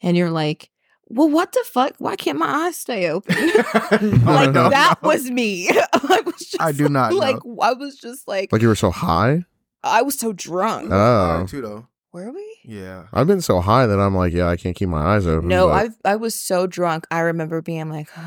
C: and you're like, well, what the fuck? Why can't my eyes stay open? like
A: no,
C: that
B: no.
C: was me. I was just
B: I do not
C: like
B: know.
C: I was just like,
A: Like you were so high.
C: I was so drunk.
A: Uh, Oh.
B: too though.
C: were we?
B: Yeah.
A: I've been so high that I'm like, yeah, I can't keep my eyes open.
C: No,
A: but-
C: I've I was so drunk. I remember being like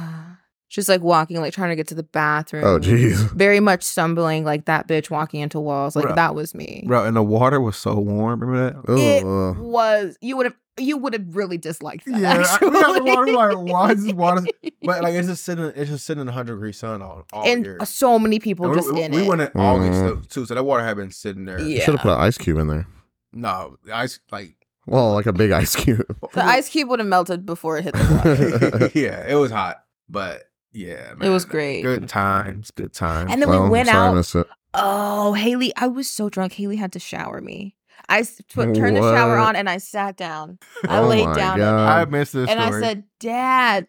C: just like walking, like trying to get to the bathroom.
A: Oh, jeez.
C: Very much stumbling like that bitch walking into walls. Like
B: Bruh.
C: that was me.
B: Bro, and the water was so warm. Remember that?
C: It
A: Ugh.
C: was you would have you would have really disliked that.
B: uh. Yeah, I-
C: actually.
B: we got the water, like, why is this water- But like it's just sitting, it's just sitting in the hundred degree sun all, all
C: and
B: year.
C: so many people
B: And
C: just
B: we, we-
C: in
B: we
C: it.
B: went in August
A: Mhm.
B: though, too, so that water had been sitting there.
C: Yeah.
A: Should have put an ice cube in there.
B: No, I s- like
A: Well, like a big ice cube.
C: the ice cube would have melted before it hit the water.
B: yeah, it was hot, but yeah,
C: it
B: man,
C: was great.
B: Good times, good times.
C: And then
A: well,
C: we went
A: sorry I
C: out
A: missed it.
C: Oh, Haley, I was so drunk. Haley had to shower me. I s- put, turned the shower
A: Oh, What?
C: on and I sat down. I
A: Oh
C: laid
A: my
C: down in it.
A: God.
B: I missed this
C: and I
B: story.
C: said, Dad,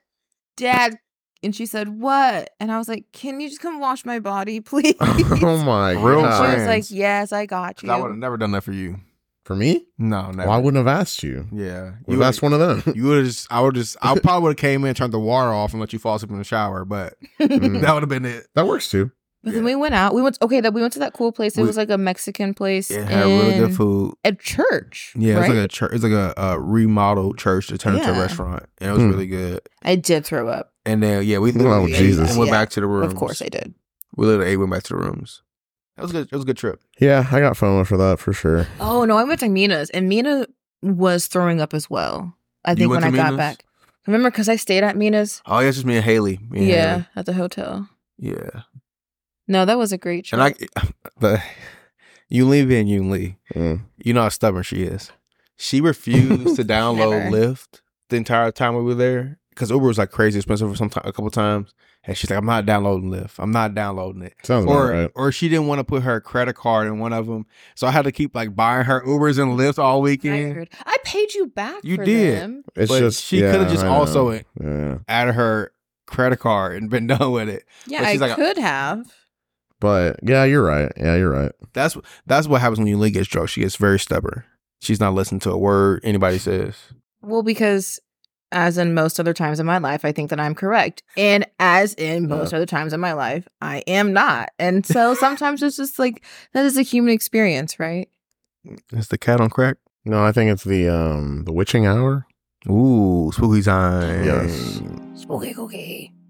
C: Dad. And she said, What? And I was like, Can you just come wash my body, please?
A: oh my
B: Real
C: she
A: god!
C: was like,
B: friends.
C: Yes, I got you.
B: I would have never done that for you.
A: For me,
B: No, never.
A: well, I wouldn't have asked you.
B: Yeah,
A: Well, that's one of them.
B: You would have just, I would just, I probably would have came in, turned the water off, and let you fall asleep in the shower. But
A: Mm.
B: that would have been it.
A: that works too.
C: But
B: Yeah.
C: then we went out. We went okay, that we went to that cool place. It
B: We-
C: was like a Mexican place.
B: It had really
C: in-
B: good food.
C: A church.
B: Yeah,
C: right?
B: it's like a church. It's like a, uh remodeled church that turned into
C: Yeah.
B: a restaurant, and it was
A: Hmm.
B: really good.
C: I did throw up.
B: And then yeah, we
A: Oh,
B: literally ate
A: Jesus.
B: and went
C: Yeah.
B: back to the rooms.
C: Of course I did.
B: we literally ate, went back to the rooms. That was good. It was a good trip.
A: Yeah, I got FOMO for that for sure.
C: Oh no, I went to Mina's and Mina was throwing up as well. I
B: You
C: think
B: went
C: when I
B: to
C: got
B: Mina's?
C: back. Remember cuz I stayed at Mina's?
B: Oh yeah, it's just me and Haley. Me and
C: yeah,
B: Haley.
C: at the hotel.
B: yeah.
C: No, that was a great trip.
B: And I, the Yun Lee being Yun Lee,
A: Mm.
B: you know how stubborn she is. She refused to download
C: Never.
B: Lyft the entire time we were there because Uber was like crazy expensive for some ti- a couple times, and she's like, "I'm not downloading Lyft. I'm not downloading it."
A: Sounds about
B: Or
A: right.
B: or she didn't want to put her credit card in one of them, so I had to keep like buying her Ubers and Lyfts all weekend.
C: I, paid you back.
B: You
C: for
B: did.
C: them.
A: It's
B: but
A: just
B: she
A: yeah,
B: could have just
A: I know.
B: also
A: yeah.
B: added her credit card and been done with it.
C: Yeah,
B: But
C: I
B: she's like a-
C: could have.
A: But yeah, you're right. Yeah, you're right.
B: That's that's what happens when Yun Lee gets drunk. She gets very stubborn. She's not listening to a word anybody says.
C: Well, because as in most other times in my life, I think that I'm correct, and as in
B: Uh.
C: most other times in my life, I am not. And so sometimes it's just like that is a human experience, right?
B: It's the cat on crack.
A: No, I think it's the um the witching hour.
B: Ooh, spooky time.
A: Yes.
C: Spooky cookie.